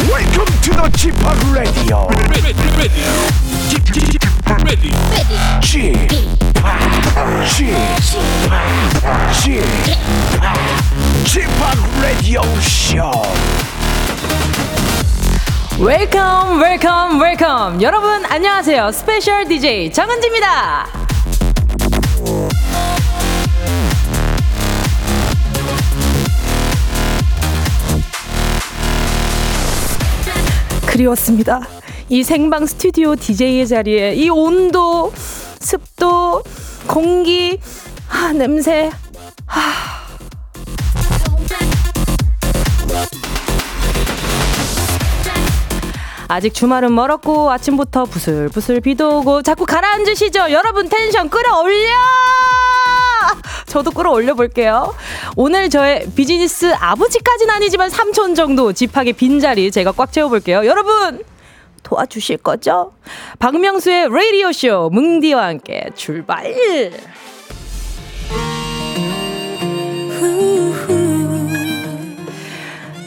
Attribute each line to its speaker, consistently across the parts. Speaker 1: to the Chip Radio.
Speaker 2: ready, ready, ready,
Speaker 1: Chip, Chip, Chip, Chip Radio Show.
Speaker 3: 웰컴 웰컴 웰컴 여러분 안녕하세요 스페셜 DJ 장은지입니다 그리웠습니다 이 생방 스튜디오 DJ의 자리에 이 온도 습도 공기 아 냄새 아직 주말은 멀었고 아침부터 부슬부슬 비도 오고 자꾸 가라앉으시죠. 여러분 텐션 끌어올려! 저도 끌어올려 볼게요. 오늘 저의 비즈니스 아버지까지는 아니지만 삼촌 정도 집하게 빈자리 제가 꽉 채워볼게요. 여러분! 도와주실 거죠? 박명수의 라디오쇼, 뭉디와 함께 출발!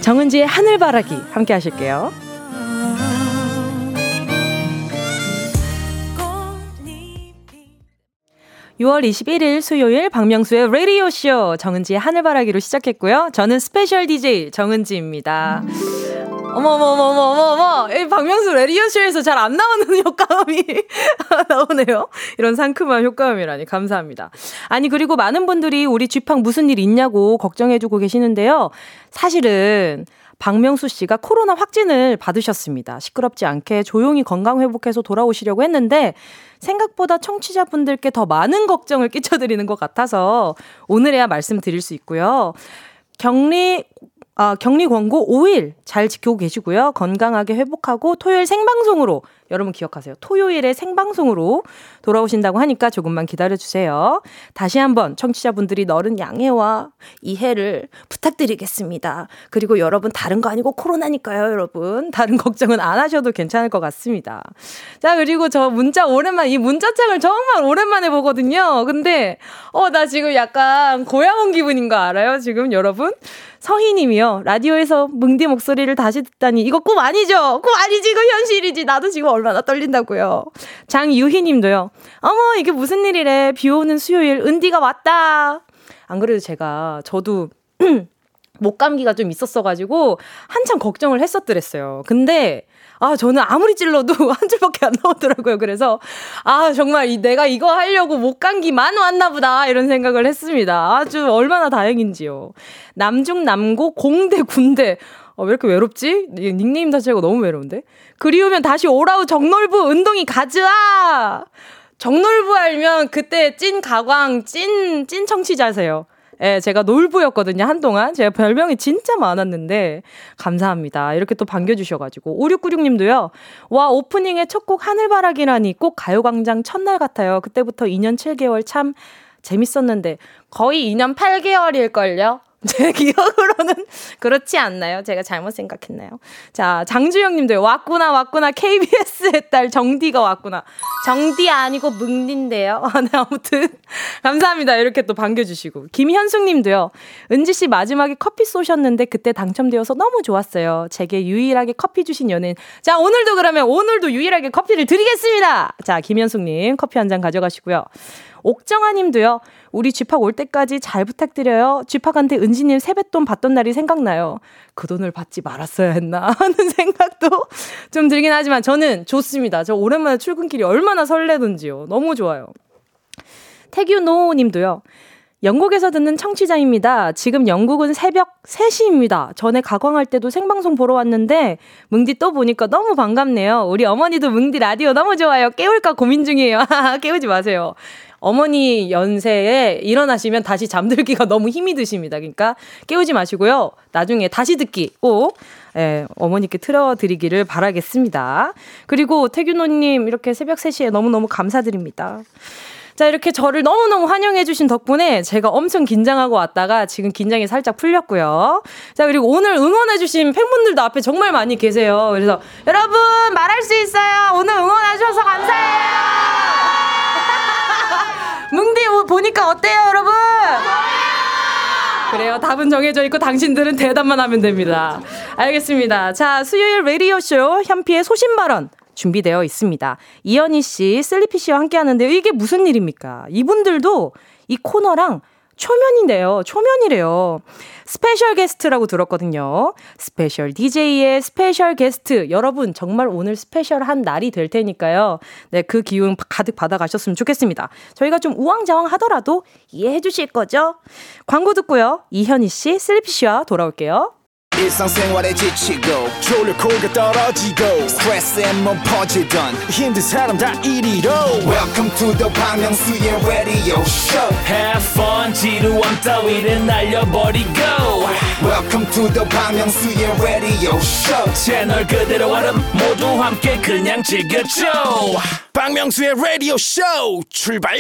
Speaker 3: 정은지의 하늘바라기 함께 하실게요.
Speaker 4: 꽃잎이
Speaker 3: 6월 21일 수요일 박명수의 라디오 쇼 정은지의 하늘바라기로 시작했고요. 저는 스페셜 DJ 정은지입니다. 어머 어머 어머 어머 어머 어머 이 박명수 라디오 쇼에서 잘 안 나오는 효과음이 나오네요. 이런 상큼한 효과음이라니 감사합니다. 아니 그리고 많은 분들이 우리 쥐팡 무슨 일 있냐고 걱정해주고 계시는데요. 사실은 박명수 씨가 코로나 확진을 받으셨습니다. 시끄럽지 않게 조용히 건강 회복해서 돌아오시려고 했는데 생각보다 청취자분들께 더 많은 걱정을 끼쳐드리는 것 같아서 오늘에야 말씀드릴 수 있고요. 격리 아, 격리 권고 5일 잘 지키고 계시고요. 건강하게 회복하고 토요일 생방송으로 여러분 기억하세요. 토요일에 생방송으로 돌아오신다고 하니까 조금만 기다려 주세요. 다시 한번 청취자분들이 너른 양해와 이해를 부탁드리겠습니다. 그리고 여러분 다른 거 아니고 코로나니까요, 여러분. 다른 걱정은 안 하셔도 괜찮을 것 같습니다. 자, 그리고 저 문자 오랜만 이 문자창을 정말 오랜만에 보거든요. 근데 어, 나 지금 약간 고향 온 기분인 거 알아요? 지금 여러분? 서희님이요. 라디오에서 뭉디 목소리를 다시 듣다니 이거 꿈 아니죠? 꿈 아니지 이거 현실이지. 나도 지금 얼마나 떨린다고요. 장유희님도요. 어머 이게 무슨 일이래? 비 오는 수요일 은디가 왔다. 안 그래도 제가 저도 목 감기가 좀 있었어가지고 한참 걱정을 했었더랬어요. 근데 아 저는 아무리 찔러도 한 줄밖에 안 나오더라고요. 그래서 아 정말 이, 내가 이거 하려고 목 감기만 왔나보다 이런 생각을 했습니다. 아주 얼마나 다행인지요. 남중 남고 공대 군대 어, 왜 이렇게 외롭지? 이 닉네임 자체가 너무 외로운데? 그리우면 다시 오라우 정놀부 은동이 가즈아! 정놀부 알면 그때 찐 가광, 찐, 찐 청취자세요. 예, 제가 놀부였거든요, 한동안. 제가 별명이 진짜 많았는데, 감사합니다. 이렇게 또 반겨주셔가지고. 5696님도요, 와, 오프닝의 첫 곡 하늘바라기라니 꼭 가요광장 첫날 같아요. 그때부터 2년 7개월 참 재밌었는데, 거의 2년 8개월일걸요? 제 기억으로는 그렇지 않나요? 제가 잘못 생각했나요? 자, 장주영 님들 왔구나 왔구나 KBS의 딸 정디가 왔구나. 정디 아니고 뭉디인데요. 아, 네, 아무튼 감사합니다. 이렇게 또 반겨 주시고. 김현숙 님도요. 은지 씨 마지막에 커피 쏘셨는데 그때 당첨되어서 너무 좋았어요. 제게 유일하게 커피 주신 연예인. 자, 오늘도 그러면 오늘도 유일하게 커피를 드리겠습니다. 자, 김현숙 님 커피 한 잔 가져가시고요. 옥정아 님도요. 우리 쥐팍 올 때까지 잘 부탁드려요. 쥐팍한테 은지님 세뱃돈 받던 날이 생각나요. 그 돈을 받지 말았어야 했나 하는 생각도 좀 들긴 하지만 저는 좋습니다. 저 오랜만에 출근길이 얼마나 설레던지요. 너무 좋아요. 태규노 님도요. 영국에서 듣는 청취자입니다. 지금 영국은 새벽 3시입니다. 전에 가광할 때도 생방송 보러 왔는데 뭉디 또 보니까 너무 반갑네요. 우리 어머니도 뭉디 라디오 너무 좋아요. 깨울까 고민 중이에요. 깨우지 마세요. 어머니 연세에 일어나시면 다시 잠들기가 너무 힘이 드십니다. 그러니까 깨우지 마시고요. 나중에 다시 듣기 꼭 예, 어머니께 틀어드리기를 바라겠습니다. 그리고 태균호님 이렇게 새벽 3시에 너무너무 감사드립니다. 자, 이렇게 저를 너무너무 환영해주신 덕분에 제가 엄청 긴장하고 왔다가 지금 긴장이 살짝 풀렸고요. 자, 그리고 오늘 응원해주신 팬분들도 앞에 정말 많이 계세요. 그래서 여러분, 말할 수 있어요. 오늘 응원해주셔서 감사해요. 뭉디 오- 보니까 어때요, 여러분? 그래요. 답은 정해져 있고 당신들은 대답만 하면 됩니다. 알겠습니다. 자, 수요일 라디오쇼 현피의 소신발언 준비되어 있습니다. 이현희 씨, 셀리피 씨와 함께 하는데요. 이게 무슨 일입니까? 이분들도 이 코너랑 초면인데요. 초면이래요. 스페셜 게스트라고 들었거든요. 스페셜 DJ의 스페셜 게스트. 여러분, 정말 오늘 스페셜한 날이 될 테니까요. 네, 그 기운 가득 받아가셨으면 좋겠습니다. 저희가 좀 우왕좌왕 하더라도 이해해 주실 거죠? 광고 듣고요. 이현희 씨, 슬리피 씨와 돌아올게요.
Speaker 5: 일상생활에 지치고, 졸려 코가 떨어지고, 스트레스에 몸 퍼지던, 힘든 사람 다 이리로. welcome to the Bang Myung-soo's radio show
Speaker 2: Have fun 지루함 따위를 날려버리고
Speaker 5: welcome to the Bang Myung-soo's radio show
Speaker 2: 채널 그대로 얼음 모두 함께 그냥 즐겨줘
Speaker 1: 박명수의 라디오 쇼 출발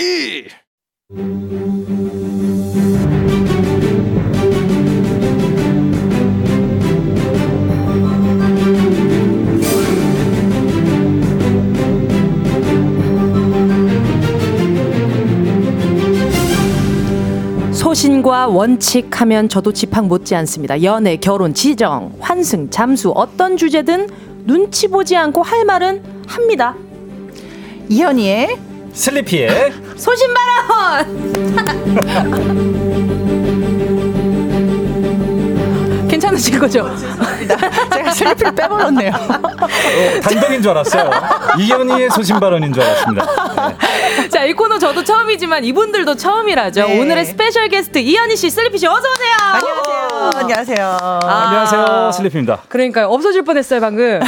Speaker 3: 소신과 원칙 하면 저도 지팡 못지 않습니다. 연애, 결혼, 지정, 환승, 잠수, 어떤 주제든 눈치 보지 않고 할 말은 합니다.
Speaker 6: 이현이의
Speaker 2: 슬리피의
Speaker 3: 소신발언! 괜찮으신 거죠?
Speaker 6: 제가 슬리피를 빼버렸네요.
Speaker 2: 단독인 줄 알았어요 이현희의 예, 소신발언인 줄 알았습니다
Speaker 3: 자, 이 코너 저도 처음이지만 이분들도 처음이라죠.
Speaker 6: 네.
Speaker 3: 오늘의 스페셜 게스트 이현희 씨, 슬리피 씨, 어서 오세요.
Speaker 6: 안녕하세요. 안녕하세요.
Speaker 3: 아.
Speaker 2: 안녕하세요 슬리피입니다
Speaker 3: 그러니까요. 없어질 뻔했어요, 방금.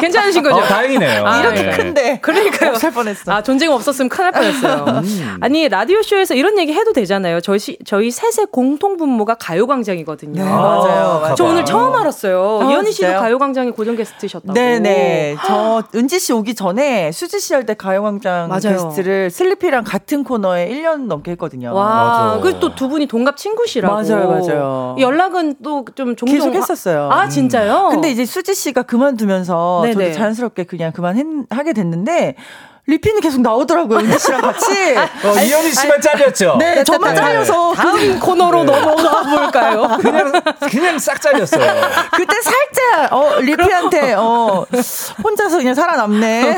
Speaker 3: 괜찮으신 거죠?
Speaker 2: 어, 다행이네요
Speaker 3: 아,
Speaker 6: 이렇게
Speaker 3: 네.
Speaker 6: 큰데.
Speaker 3: 그러니까요.
Speaker 6: 없을 뻔했어.
Speaker 3: 아, 존재가 없었으면 큰일 날 뻔했어요. 아니, 라디오쇼에서 이런 얘기 해도 되잖아요. 저희, 시- 저희 셋의 공통분모가 가요광장이거든요.
Speaker 6: 네,
Speaker 2: 어,
Speaker 6: 맞아요. 맞아요.
Speaker 3: 저 오늘 처음 알았어요.
Speaker 6: 아,
Speaker 3: 이현희 씨도
Speaker 6: 진짜요?
Speaker 3: 가요광장에 고정 게스트셨다고.
Speaker 6: 네네. 저 은지 씨 오기 전에 수지 씨 할 때 가요광장
Speaker 3: 맞아요.
Speaker 6: 게스트를 슬리피랑 같은 코너에 1년 넘게 했거든요.
Speaker 3: 와,
Speaker 2: 맞아.
Speaker 3: 그리고 또 두 분이 동갑 친구시라고.
Speaker 6: 맞아요, 맞아요.
Speaker 3: 연락은 또 좀 종종
Speaker 6: 계속 했었어요. 음.
Speaker 3: 아, 진짜요?
Speaker 6: 근데 이제 수지 씨가 그만두면서
Speaker 3: 네네.
Speaker 6: 저도 자연스럽게 그냥 그만하게 됐는데 리피는 계속 나오더라고요. 은지 씨랑 같이.
Speaker 2: 어, 이현희 씨만 잘렸죠
Speaker 6: 네, 저만
Speaker 2: 네.
Speaker 6: 잘려서
Speaker 3: 다음 코너로 넘어가 볼까요?
Speaker 2: 그냥 그냥 싹 잘렸어요
Speaker 6: 그때 살짝 어 리피한테 어 혼자서 그냥 살아남네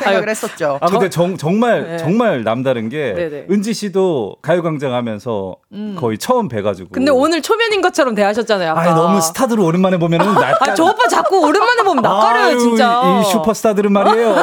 Speaker 6: 생각을 했었죠.
Speaker 7: 아 근데 정, 정말
Speaker 3: 네.
Speaker 7: 정말 남다른 게
Speaker 3: 네네.
Speaker 7: 은지 씨도 가요광장 하면서 거의 처음 뵈가지고
Speaker 3: 근데 오늘 초면인 것처럼 대하셨잖아요. 아까.
Speaker 7: 아 너무 스타들을 오랜만에 보면은 낯.
Speaker 3: 아, 저 오빠 자꾸 오랜만에 보면 낯가려요,
Speaker 7: 아유,
Speaker 3: 진짜. 아,
Speaker 7: 이 슈퍼스타들은 말이에요.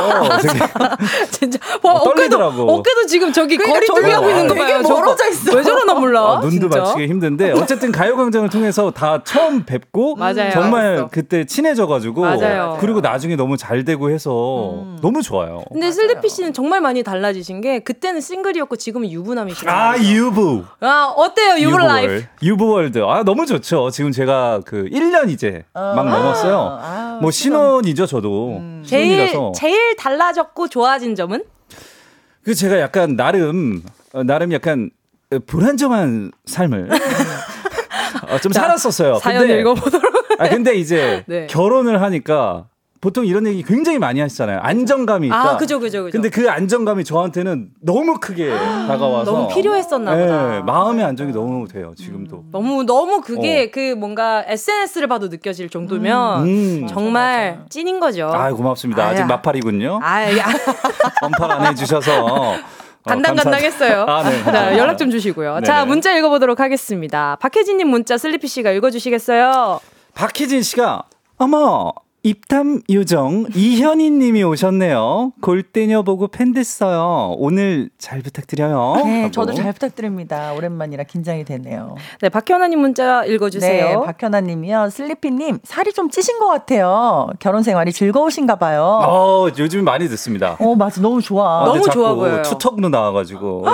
Speaker 7: 되게
Speaker 3: 진짜. 와,
Speaker 7: 어,
Speaker 3: 어깨도,
Speaker 7: 떨리더라고.
Speaker 3: 어깨도 지금 저기
Speaker 6: 그러니까
Speaker 3: 거리 두기
Speaker 6: 저기요.
Speaker 3: 하고 있는 거 봐요.
Speaker 6: 되게
Speaker 3: 저거.
Speaker 6: 멀어져 있어.
Speaker 3: 왜 저러나 몰라.
Speaker 7: 어, 눈도
Speaker 3: 진짜.
Speaker 7: 맞추기 힘든데 어쨌든 가요광장을 통해서 다 처음 뵙고
Speaker 3: 맞아요.
Speaker 7: 정말
Speaker 3: 알았어.
Speaker 7: 그때 친해져가지고
Speaker 3: 맞아요. 음.
Speaker 7: 그리고 나중에 너무 잘 되고 해서 너무 좋아요.
Speaker 3: 근데 슬리피 씨는 정말 많이 달라지신 게 그때는 싱글이었고 지금은 유부남이시잖아요.
Speaker 7: 아 유부.
Speaker 3: 아, 어때요, 유부 라이프?
Speaker 7: 유부월드. 아, 너무 좋죠. 지금 제가 그 1년 이제 막 넘었어요.
Speaker 6: 아,
Speaker 7: 뭐 신혼이죠, 저도.
Speaker 3: 음. 제일
Speaker 7: 신혼이라서.
Speaker 3: 제일 달라졌고 좋아진 점은?
Speaker 7: 그 제가 약간 나름 어, 나름 약간 어, 불안정한 삶을 어, 좀 살았었어요.
Speaker 3: 사연 읽어보도록.
Speaker 7: 아, 근데 이제
Speaker 3: 네.
Speaker 7: 결혼을 하니까 보통 이런 얘기 굉장히 많이 하시잖아요. 안정감이 있다.
Speaker 3: 아, 그죠, 그죠, 그죠.
Speaker 7: 근데 그 안정감이 저한테는 너무 크게 다가와서
Speaker 3: 너무 필요했었나 보다.
Speaker 7: 예, 마음의 안정이 너무 돼요, 지금도.
Speaker 3: 너무 너무 그게 그 뭔가 SNS를 봐도 느껴질 정도면
Speaker 7: 어. 음.
Speaker 3: 정말 찐인 거죠.
Speaker 7: 아 고맙습니다. 아직
Speaker 6: 아야.
Speaker 7: 막팔이군요.
Speaker 3: 어? 아, 야.
Speaker 7: 언팔 안 해주셔서 어,
Speaker 3: 간당간당했어요.
Speaker 7: 감사합니다. 아, 네.
Speaker 3: 자, 연락 좀 주시고요. 자,
Speaker 7: 네네.
Speaker 3: 문자 읽어보도록 하겠습니다. 박혜진님 문자 슬리피 씨가 읽어주시겠어요?
Speaker 7: 박희진 씨가 어머 입담 요정 이현희님이 오셨네요. 골대녀 보고 팬 됐어요. 오늘 잘 부탁드려요.
Speaker 6: 네,
Speaker 7: 하고.
Speaker 6: 저도 잘 부탁드립니다. 오랜만이라 긴장이 되네요.
Speaker 3: 네, 박현아님 문자 읽어주세요.
Speaker 6: 네, 박현아님이요. 슬리피님 살이 좀 찌신 것 같아요. 결혼 생활이 즐거우신가 봐요.
Speaker 7: 어 요즘 많이 듣습니다.
Speaker 6: 어, 맞아, 너무 좋아.
Speaker 7: 아, 근데
Speaker 3: 너무
Speaker 7: 자꾸
Speaker 3: 좋아 보여요.
Speaker 7: 투턱으로 나와가지고 어,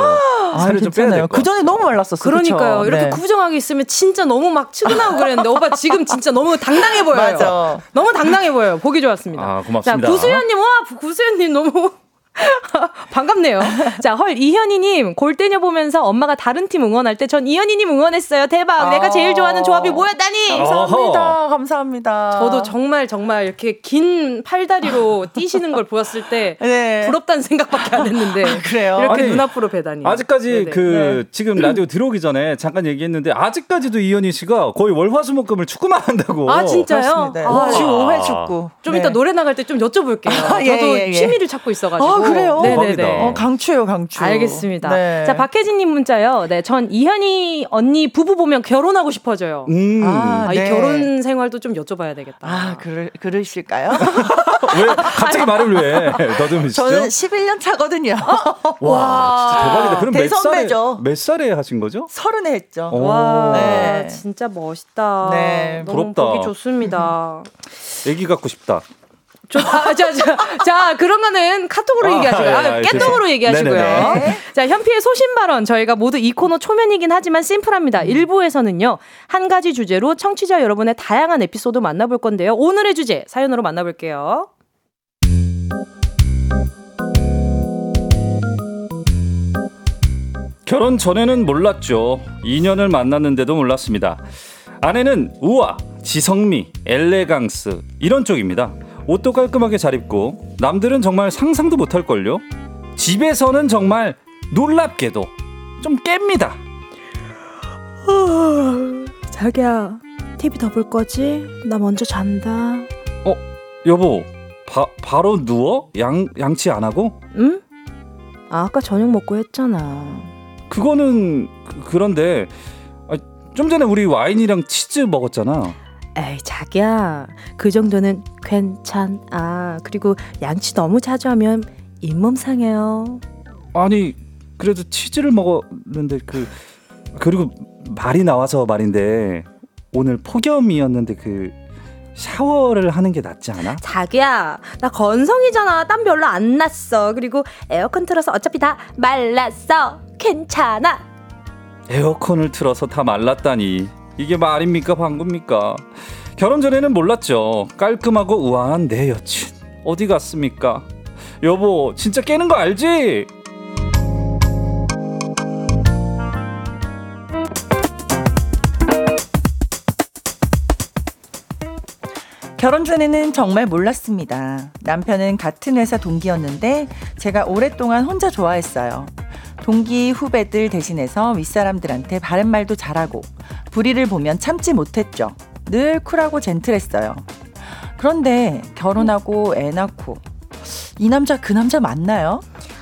Speaker 6: 아,
Speaker 7: 살을 좀 빼야
Speaker 6: 괜찮아요.
Speaker 7: 될것
Speaker 6: 그 전에 너무 말랐었어.
Speaker 3: 그러니까요.
Speaker 6: 그쵸?
Speaker 3: 이렇게
Speaker 6: 네.
Speaker 3: 구부정하게 있으면 진짜 너무 막 측은하고 그랬는데 오빠 지금 진짜 너무 당당해 보여요.
Speaker 6: 맞아.
Speaker 3: 너무 당당해 보여요. 보기 좋았습니다.
Speaker 7: 아, 고맙습니다.
Speaker 3: 자, 구수연님 와 구수연님 너무
Speaker 8: 반갑네요. 자, 헐, 이현이님, 골 때려 보면서 엄마가 다른 팀 응원할 때 전 이현이님 응원했어요. 대박. 내가 제일 좋아하는
Speaker 6: 어.
Speaker 8: 조합이 뭐야, 따님!
Speaker 6: 감사합니다. 감사합니다.
Speaker 8: 저도 정말 정말 이렇게 긴 팔다리로 뛰시는 걸 보았을 때
Speaker 6: 네.
Speaker 8: 부럽다는 생각밖에 안 했는데
Speaker 6: 그래요?
Speaker 8: 이렇게
Speaker 7: 아니,
Speaker 8: 눈앞으로 배다니
Speaker 7: 아직까지
Speaker 8: 네네.
Speaker 7: 그 지금 라디오 들어오기 전에 잠깐 얘기했는데 아직까지도 이현희 씨가 거의 월화수목금을 축구만 한다고.
Speaker 8: 아 진짜요?
Speaker 6: 맞습니다.
Speaker 8: 아,
Speaker 6: 주 5회 축구.
Speaker 8: 좀
Speaker 6: 네.
Speaker 8: 이따 노래 나갈 때 좀 여쭤볼게요.
Speaker 6: 아, 예,
Speaker 8: 저도
Speaker 6: 예, 예.
Speaker 8: 취미를 찾고 있어가지고.
Speaker 6: 아, 그래요?
Speaker 8: 네네네.
Speaker 7: 대박이다.
Speaker 6: 어, 강추예요, 강추.
Speaker 8: 알겠습니다.
Speaker 6: 네.
Speaker 8: 자 박혜진님 문자요. 네, 전 이현이 언니 부부 보면 결혼하고 싶어져요.
Speaker 7: 음.
Speaker 6: 아,
Speaker 8: 아, 이
Speaker 6: 네.
Speaker 8: 결혼 생활도 좀 여쭤봐야 되겠다.
Speaker 6: 아, 그러, 그러실까요?
Speaker 7: 왜 갑자기 말을 왜 더듬으시죠?
Speaker 6: 저는 11년 차거든요.
Speaker 7: 와, 진짜 대박이다. 그럼 몇 살에
Speaker 6: 대선배죠.
Speaker 7: 몇 살에 하신 거죠?
Speaker 6: 서른에 했죠.
Speaker 7: 오.
Speaker 8: 와
Speaker 6: 네.
Speaker 8: 진짜 멋있다.
Speaker 6: 네.
Speaker 8: 너무
Speaker 7: 부럽다.
Speaker 8: 보기 좋습니다.
Speaker 7: 애기 갖고 싶다.
Speaker 8: 저, 아, 자, 자, 자, 그런 거는 카톡으로
Speaker 7: 아,
Speaker 8: 얘기하시고요.
Speaker 7: 예,
Speaker 8: 아,
Speaker 7: 예,
Speaker 8: 깨톡으로
Speaker 7: 죄송-
Speaker 8: 얘기하시고요.
Speaker 7: 네네네.
Speaker 8: 자, 현피의 소신 발언. 저희가 모두 이 코너 초면이긴 하지만 심플합니다.
Speaker 7: 음.
Speaker 8: 일부에서는요, 한 가지 주제로 청취자 여러분의 다양한 에피소드 만나볼 건데요. 오늘의 주제, 사연으로 만나볼게요.
Speaker 7: 결혼 전에는 몰랐죠. 2년을 만났는데도 몰랐습니다. 아내는 우아, 지성미, 엘레강스 이런 쪽입니다. 옷도 깔끔하게 잘 입고 남들은 정말 상상도 못할 걸요. 집에서는 정말 놀랍게도 좀 깹니다.
Speaker 8: 아, 자기야, TV 더 볼 거지? 나 먼저 잔다.
Speaker 7: 여보, 바, 바로 누워? 양 양치 안 하고?
Speaker 8: 응? 아, 아까 저녁 먹고 했잖아.
Speaker 7: 그거는 그- 그런데 아, 좀 전에 우리 와인이랑 치즈 먹었잖아.
Speaker 8: 에이 자기야 그 정도는 괜찮아 그리고 양치 너무 자주 하면 잇몸 상해요
Speaker 7: 아니 그래도 치즈를 먹었는데 그 그리고 말이 나와서 말인데 오늘 폭염이었는데 그 샤워를 하는 게 낫지 않아?
Speaker 8: 자기야 나 건성이잖아 땀 별로 안 났어 그리고 에어컨 틀어서 어차피 다 말랐어 괜찮아
Speaker 7: 에어컨을 틀어서 다 말랐다니 이게 말입니까 방구입니까? 결혼 전에는 몰랐죠. 깔끔하고 우아한 내 여친 어디 갔습니까? 여보 진짜 깨는 거 알지?
Speaker 6: 결혼 전에는 정말 몰랐습니다. 남편은 같은 회사 동기였는데 제가 오랫동안 혼자 좋아했어요. 동기 후배들 대신해서 윗사람들한테 바른 말도 잘하고 불의를 보면 참지 못했죠. 늘 쿨하고 젠틀했어요. 그런데 결혼하고 애 낳고 이 남자 그 남자 맞나요?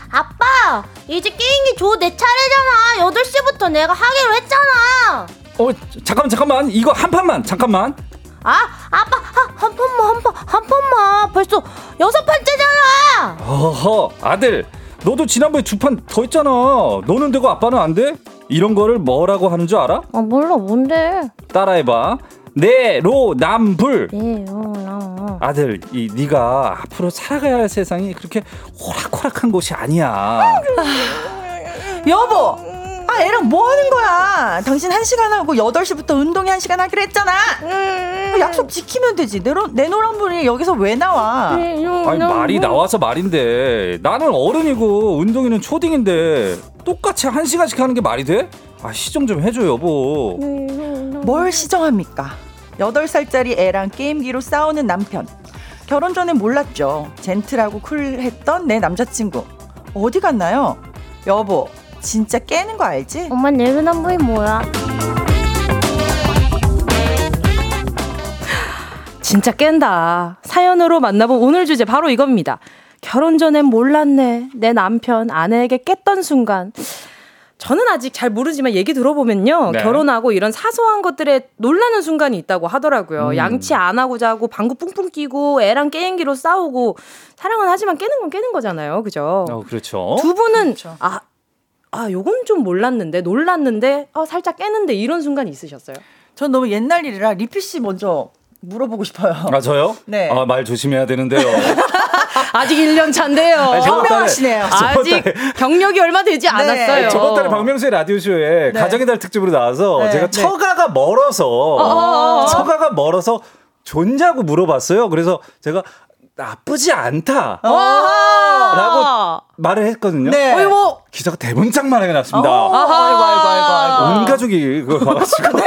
Speaker 3: 아빠 이제 게임기 줘 내 차례잖아 8시부터 내가 하기로 했잖아
Speaker 7: 어 잠깐만 잠깐만 이거 한 판만 잠깐만
Speaker 3: 아 아빠 아, 한 판만 한 판 한 판만 벌써 여섯 판째잖아
Speaker 7: 어허 아들 너도 지난번에 두 판 더 했잖아 너는 되고 아빠는 안 돼? 이런 거를 뭐라고 하는 줄 알아?
Speaker 3: 아 몰라 뭔데
Speaker 7: 따라해봐 네, 내로남불
Speaker 3: 네 어, 나.
Speaker 7: 아들 이 네가 앞으로 살아가야 할 세상이 그렇게 호락호락한 곳이 아니야
Speaker 6: 여보! 아 애랑 뭐 하는 거야? 당신 한시간 하고 8시부터 운동회 한시간 하기로 했잖아. 아, 약속 지키면 되지. 내로, 내 노란 분이 여기서 왜 나와?
Speaker 8: 네,
Speaker 7: 아니
Speaker 3: 뭐.
Speaker 7: 말이 나와서 말인데 나는 어른이고 운동이는 초딩인데 똑같이 한 시간씩 하는 게 말이 돼? 아 시정 좀 해줘 여보
Speaker 6: 뭘 시정합니까? 8살짜리 애랑 게임기로 싸우는 남편. 결혼 전에 몰랐죠. 젠틀하고 쿨했던 내 남자친구. 어디 갔나요? 여보, 진짜 깨는 거 알지?
Speaker 3: 엄마 내로남불이 뭐야
Speaker 8: 진짜 깬다 사연으로 만나본 오늘 주제 바로 이겁니다 결혼 전엔 몰랐네 내 남편 아내에게 깼던 순간 저는 아직 잘 모르지만 얘기 들어보면요
Speaker 7: 네.
Speaker 8: 결혼하고 이런 사소한 것들에 놀라는 순간이 있다고 하더라고요
Speaker 7: 음.
Speaker 8: 양치 안 하고 자고 방구 뿡뿡 끼고 애랑 게임기로 싸우고 사랑은 하지만 깨는 건 깨는 거잖아요 그죠
Speaker 7: 어 그렇죠
Speaker 8: 두 분은
Speaker 6: 그렇죠.
Speaker 8: 아 아, 요건 좀 몰랐는데, 놀랐는데, 어, 살짝 깨는데, 이런 순간이 있으셨어요?
Speaker 6: 전 너무 옛날 일이라 리피 씨 먼저 물어보고 싶어요.
Speaker 7: 아 저요?
Speaker 6: 네.
Speaker 7: 아 말 조심해야 되는데요
Speaker 8: 아직 1년 차인데요.
Speaker 6: 현명하시네요.
Speaker 8: 아직 경력이 얼마 되지 않았어요.
Speaker 6: 아니,
Speaker 7: 네. 저번 달에 박명수의 라디오쇼에 가정의 달 특집으로 나와서
Speaker 6: 네.
Speaker 7: 제가
Speaker 6: 네.
Speaker 7: 처가가 멀어서
Speaker 8: 어, 어, 어.
Speaker 7: 처가가 멀어서 존냐고 물어봤어요. 그래서 제가 나쁘지 않다.
Speaker 6: 어,
Speaker 8: 아하!
Speaker 7: 말을 했거든요.
Speaker 6: 네. 어.
Speaker 8: 어이 뭐
Speaker 7: 기사가 대문짝 만하게 났습니다.
Speaker 8: 아하.
Speaker 6: 아이고, 아이고, 아이고, 아이고.
Speaker 7: 온 가족이 그걸 봐가지고.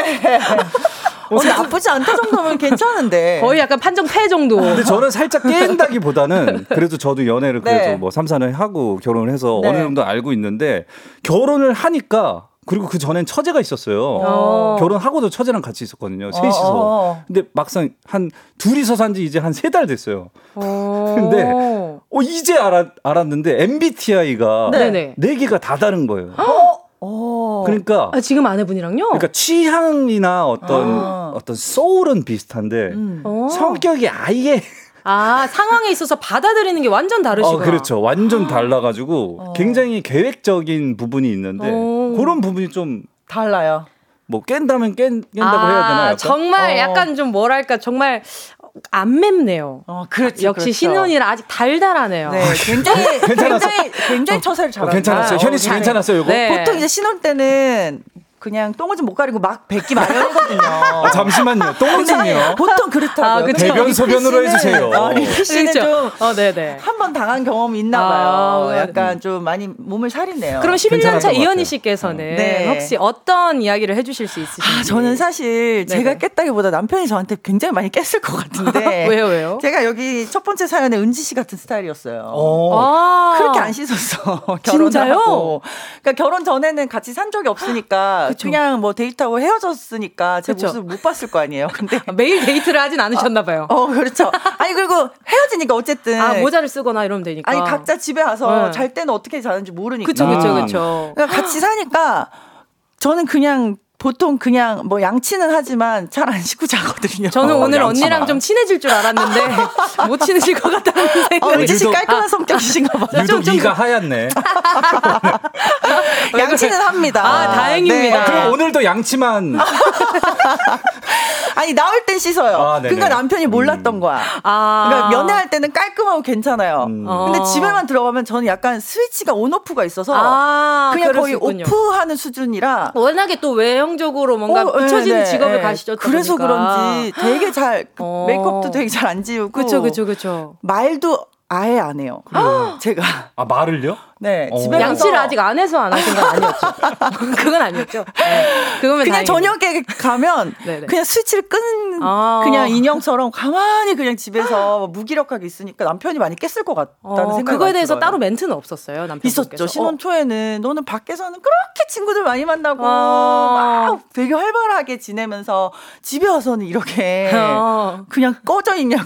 Speaker 6: 어, 나쁘지 않다 정도면 괜찮은데.
Speaker 8: 거의 약간 판정패 정도.
Speaker 7: 아, 근데 저는 살짝 깬다기보다는 그래도 저도 연애를
Speaker 6: 네.
Speaker 7: 그래도 뭐 삼사는 하고 결혼을 해서
Speaker 6: 네.
Speaker 7: 어느 정도 알고 있는데 결혼을 하니까 그리고 그 전엔 처제가 있었어요.
Speaker 8: 어.
Speaker 7: 결혼하고도 처제랑 같이 있었거든요.
Speaker 6: 어.
Speaker 7: 셋이서. 근데 막상 한 둘이서 산지 이제 한 세 달 됐어요.
Speaker 8: 어.
Speaker 7: 근데- 어 이제 알았, 알았는데 MBTI가
Speaker 8: 네.
Speaker 7: 네.
Speaker 8: 네네.
Speaker 7: 개가 다 다른 거예요.
Speaker 6: 어.
Speaker 7: 그러니까
Speaker 8: 아, 지금 아내분이랑요?
Speaker 7: 그러니까 취향이나 어떤
Speaker 6: 아.
Speaker 7: 어떤 소울은 비슷한데
Speaker 6: 음.
Speaker 8: 어.
Speaker 7: 성격이 아예
Speaker 8: 아 상황에 있어서 받아들이는 게 완전 다르시구나.
Speaker 7: 어, 그렇죠. 완전 달라가지고 굉장히 계획적인 부분이 있는데
Speaker 8: 어.
Speaker 7: 그런 부분이 좀 뭐
Speaker 6: 달라요.
Speaker 7: 깬다면 깬, 깬다고
Speaker 8: 아,
Speaker 7: 해야 되나 약간
Speaker 8: 정말
Speaker 6: 어.
Speaker 8: 약간 좀 뭐랄까 정말 안 맵네요.
Speaker 6: 어, 그렇지.
Speaker 8: 역시
Speaker 6: 그렇죠.
Speaker 8: 신혼이라 아직 달달하네요.
Speaker 6: 네, 굉장히
Speaker 7: 괜찮았어.
Speaker 6: 굉장히 굉장히 처세를
Speaker 7: 어,
Speaker 6: 잘한다.
Speaker 7: 괜찮았어요.
Speaker 6: 어,
Speaker 7: 현희 씨
Speaker 6: 잘해.
Speaker 7: 괜찮았어요. 이거
Speaker 8: 네.
Speaker 6: 보통 이제 신혼 때는 그냥 똥을 좀 못 가리고 막 뱉기 마련이거든요.
Speaker 7: 아, 잠시만요. 똥이요.
Speaker 6: 보통 그렇다고요.
Speaker 8: 아, 그쵸.
Speaker 7: 대변
Speaker 6: 리피
Speaker 7: 소변으로
Speaker 6: 씨는-
Speaker 7: 해주세요.
Speaker 6: 어, 리피 씨는
Speaker 8: 그렇죠.
Speaker 6: 좀
Speaker 8: 어, 네네.
Speaker 6: 한 번 당한 경험이 있나
Speaker 8: 아,
Speaker 6: 봐요.
Speaker 8: 네.
Speaker 6: 약간 좀 많이 몸을 사리네요.
Speaker 8: 그럼
Speaker 7: 괜찮았던
Speaker 8: 11년 차
Speaker 7: 것 같아요. 어.
Speaker 8: 이현희 씨께서는
Speaker 6: 네.
Speaker 8: 혹시 어떤 이야기를 해주실 수 있으신지?
Speaker 6: 아, 저는 사실
Speaker 8: 네네.
Speaker 6: 제가 깼다기보다 남편이 저한테 굉장히 많이 깼을 것 같은데.
Speaker 8: 왜요, 왜요?
Speaker 6: 제가 여기 첫 번째 사연에 은지 씨 같은 스타일이었어요.
Speaker 7: 어.
Speaker 8: 아,
Speaker 6: 그렇게 안 씻었어.
Speaker 8: 진짜요? 아,
Speaker 6: 결혼하고. 그러니까 결혼 전에는 같이 산 적이 없으니까 그냥 뭐 데이트하고 헤어졌으니까 제
Speaker 8: 그쵸.
Speaker 6: 모습 못 봤을 거 아니에요. 근데
Speaker 8: 매일 데이트를 하진 않으셨나봐요.
Speaker 6: 어 그렇죠. 아니 그리고 헤어지니까
Speaker 7: 네.
Speaker 6: 어쨌든
Speaker 8: 아 모자를 쓰거나 이러면 되니까.
Speaker 6: 아니 각자 집에 와서
Speaker 8: 네.
Speaker 6: 잘 때는 어떻게 자는지 모르니까.
Speaker 8: 그쵸 그쵸
Speaker 7: 음.
Speaker 8: 그쵸.
Speaker 6: 그러니까 같이 사니까 저는 그냥 보통 그냥 뭐 양치는 하지만 잘 안 씻고 자거든요.
Speaker 8: 저는
Speaker 7: 어,
Speaker 8: 오늘
Speaker 7: 양치마.
Speaker 8: 언니랑 좀 친해질 줄 알았는데 못 친해질 것 같다는 생각이.
Speaker 6: 어, 은지 씨
Speaker 7: 유독-
Speaker 6: 깔끔한 성격이신가 봐요.
Speaker 7: 유독 이가 하얗네.
Speaker 6: 양치는 합니다.
Speaker 8: 아, 다행입니다.
Speaker 6: 네.
Speaker 7: 그럼 오늘도 양치만
Speaker 6: 아니 나올 땐 씻어요.
Speaker 7: 아, 네네.
Speaker 6: 그러니까 남편이 몰랐던
Speaker 7: 음.
Speaker 6: 거야.
Speaker 8: 아.
Speaker 6: 그러니까 연애할 때는 깔끔하고 괜찮아요.
Speaker 7: 음.
Speaker 6: 근데
Speaker 8: 어.
Speaker 6: 집에만 들어가면 저는 약간 스위치가 온오프가 있어서
Speaker 8: 아,
Speaker 6: 그냥
Speaker 8: 그럴
Speaker 6: 거의
Speaker 8: 수 있군요.
Speaker 6: 오프하는 수준이라
Speaker 8: 워낙에 또 외형적으로 뭔가
Speaker 6: 어,
Speaker 8: 비춰지는
Speaker 6: 네, 네,
Speaker 8: 직업을
Speaker 6: 네.
Speaker 8: 가시죠.
Speaker 6: 그래서 그런지 어. 되게 잘그
Speaker 8: 어.
Speaker 6: 메이크업도 되게 잘 안 지우고
Speaker 8: 그쵸 그쵸 그쵸.
Speaker 6: 말도 아예 안 해요. 제가
Speaker 7: 아 말을요?
Speaker 6: 네
Speaker 7: 어.
Speaker 6: 집에
Speaker 7: 그래서-
Speaker 8: 양치를 아직 안 해서 안 하신 건 아니었죠. 그건 아니었죠. 네. 그거면
Speaker 6: 그냥
Speaker 8: 다행이네요.
Speaker 6: 저녁에 가면
Speaker 8: 네네.
Speaker 6: 그냥 스위치를 끈
Speaker 8: 아.
Speaker 6: 그냥 인형처럼 가만히 그냥 집에서 뭐 무기력하게 있으니까 남편이 많이 깼을 것 같다는
Speaker 8: 어,
Speaker 6: 생각이
Speaker 8: 그거에
Speaker 6: 많이
Speaker 8: 대해서
Speaker 6: 들어요.
Speaker 8: 따로 멘트는 없었어요 남편
Speaker 6: 있었죠. 신혼 초에는 너는 밖에서는 그렇게 친구들 많이 만나고
Speaker 8: 아.
Speaker 6: 막 되게 활발하게 지내면서 집에 와서는 이렇게
Speaker 8: 어.
Speaker 6: 그냥 꺼져 있냐고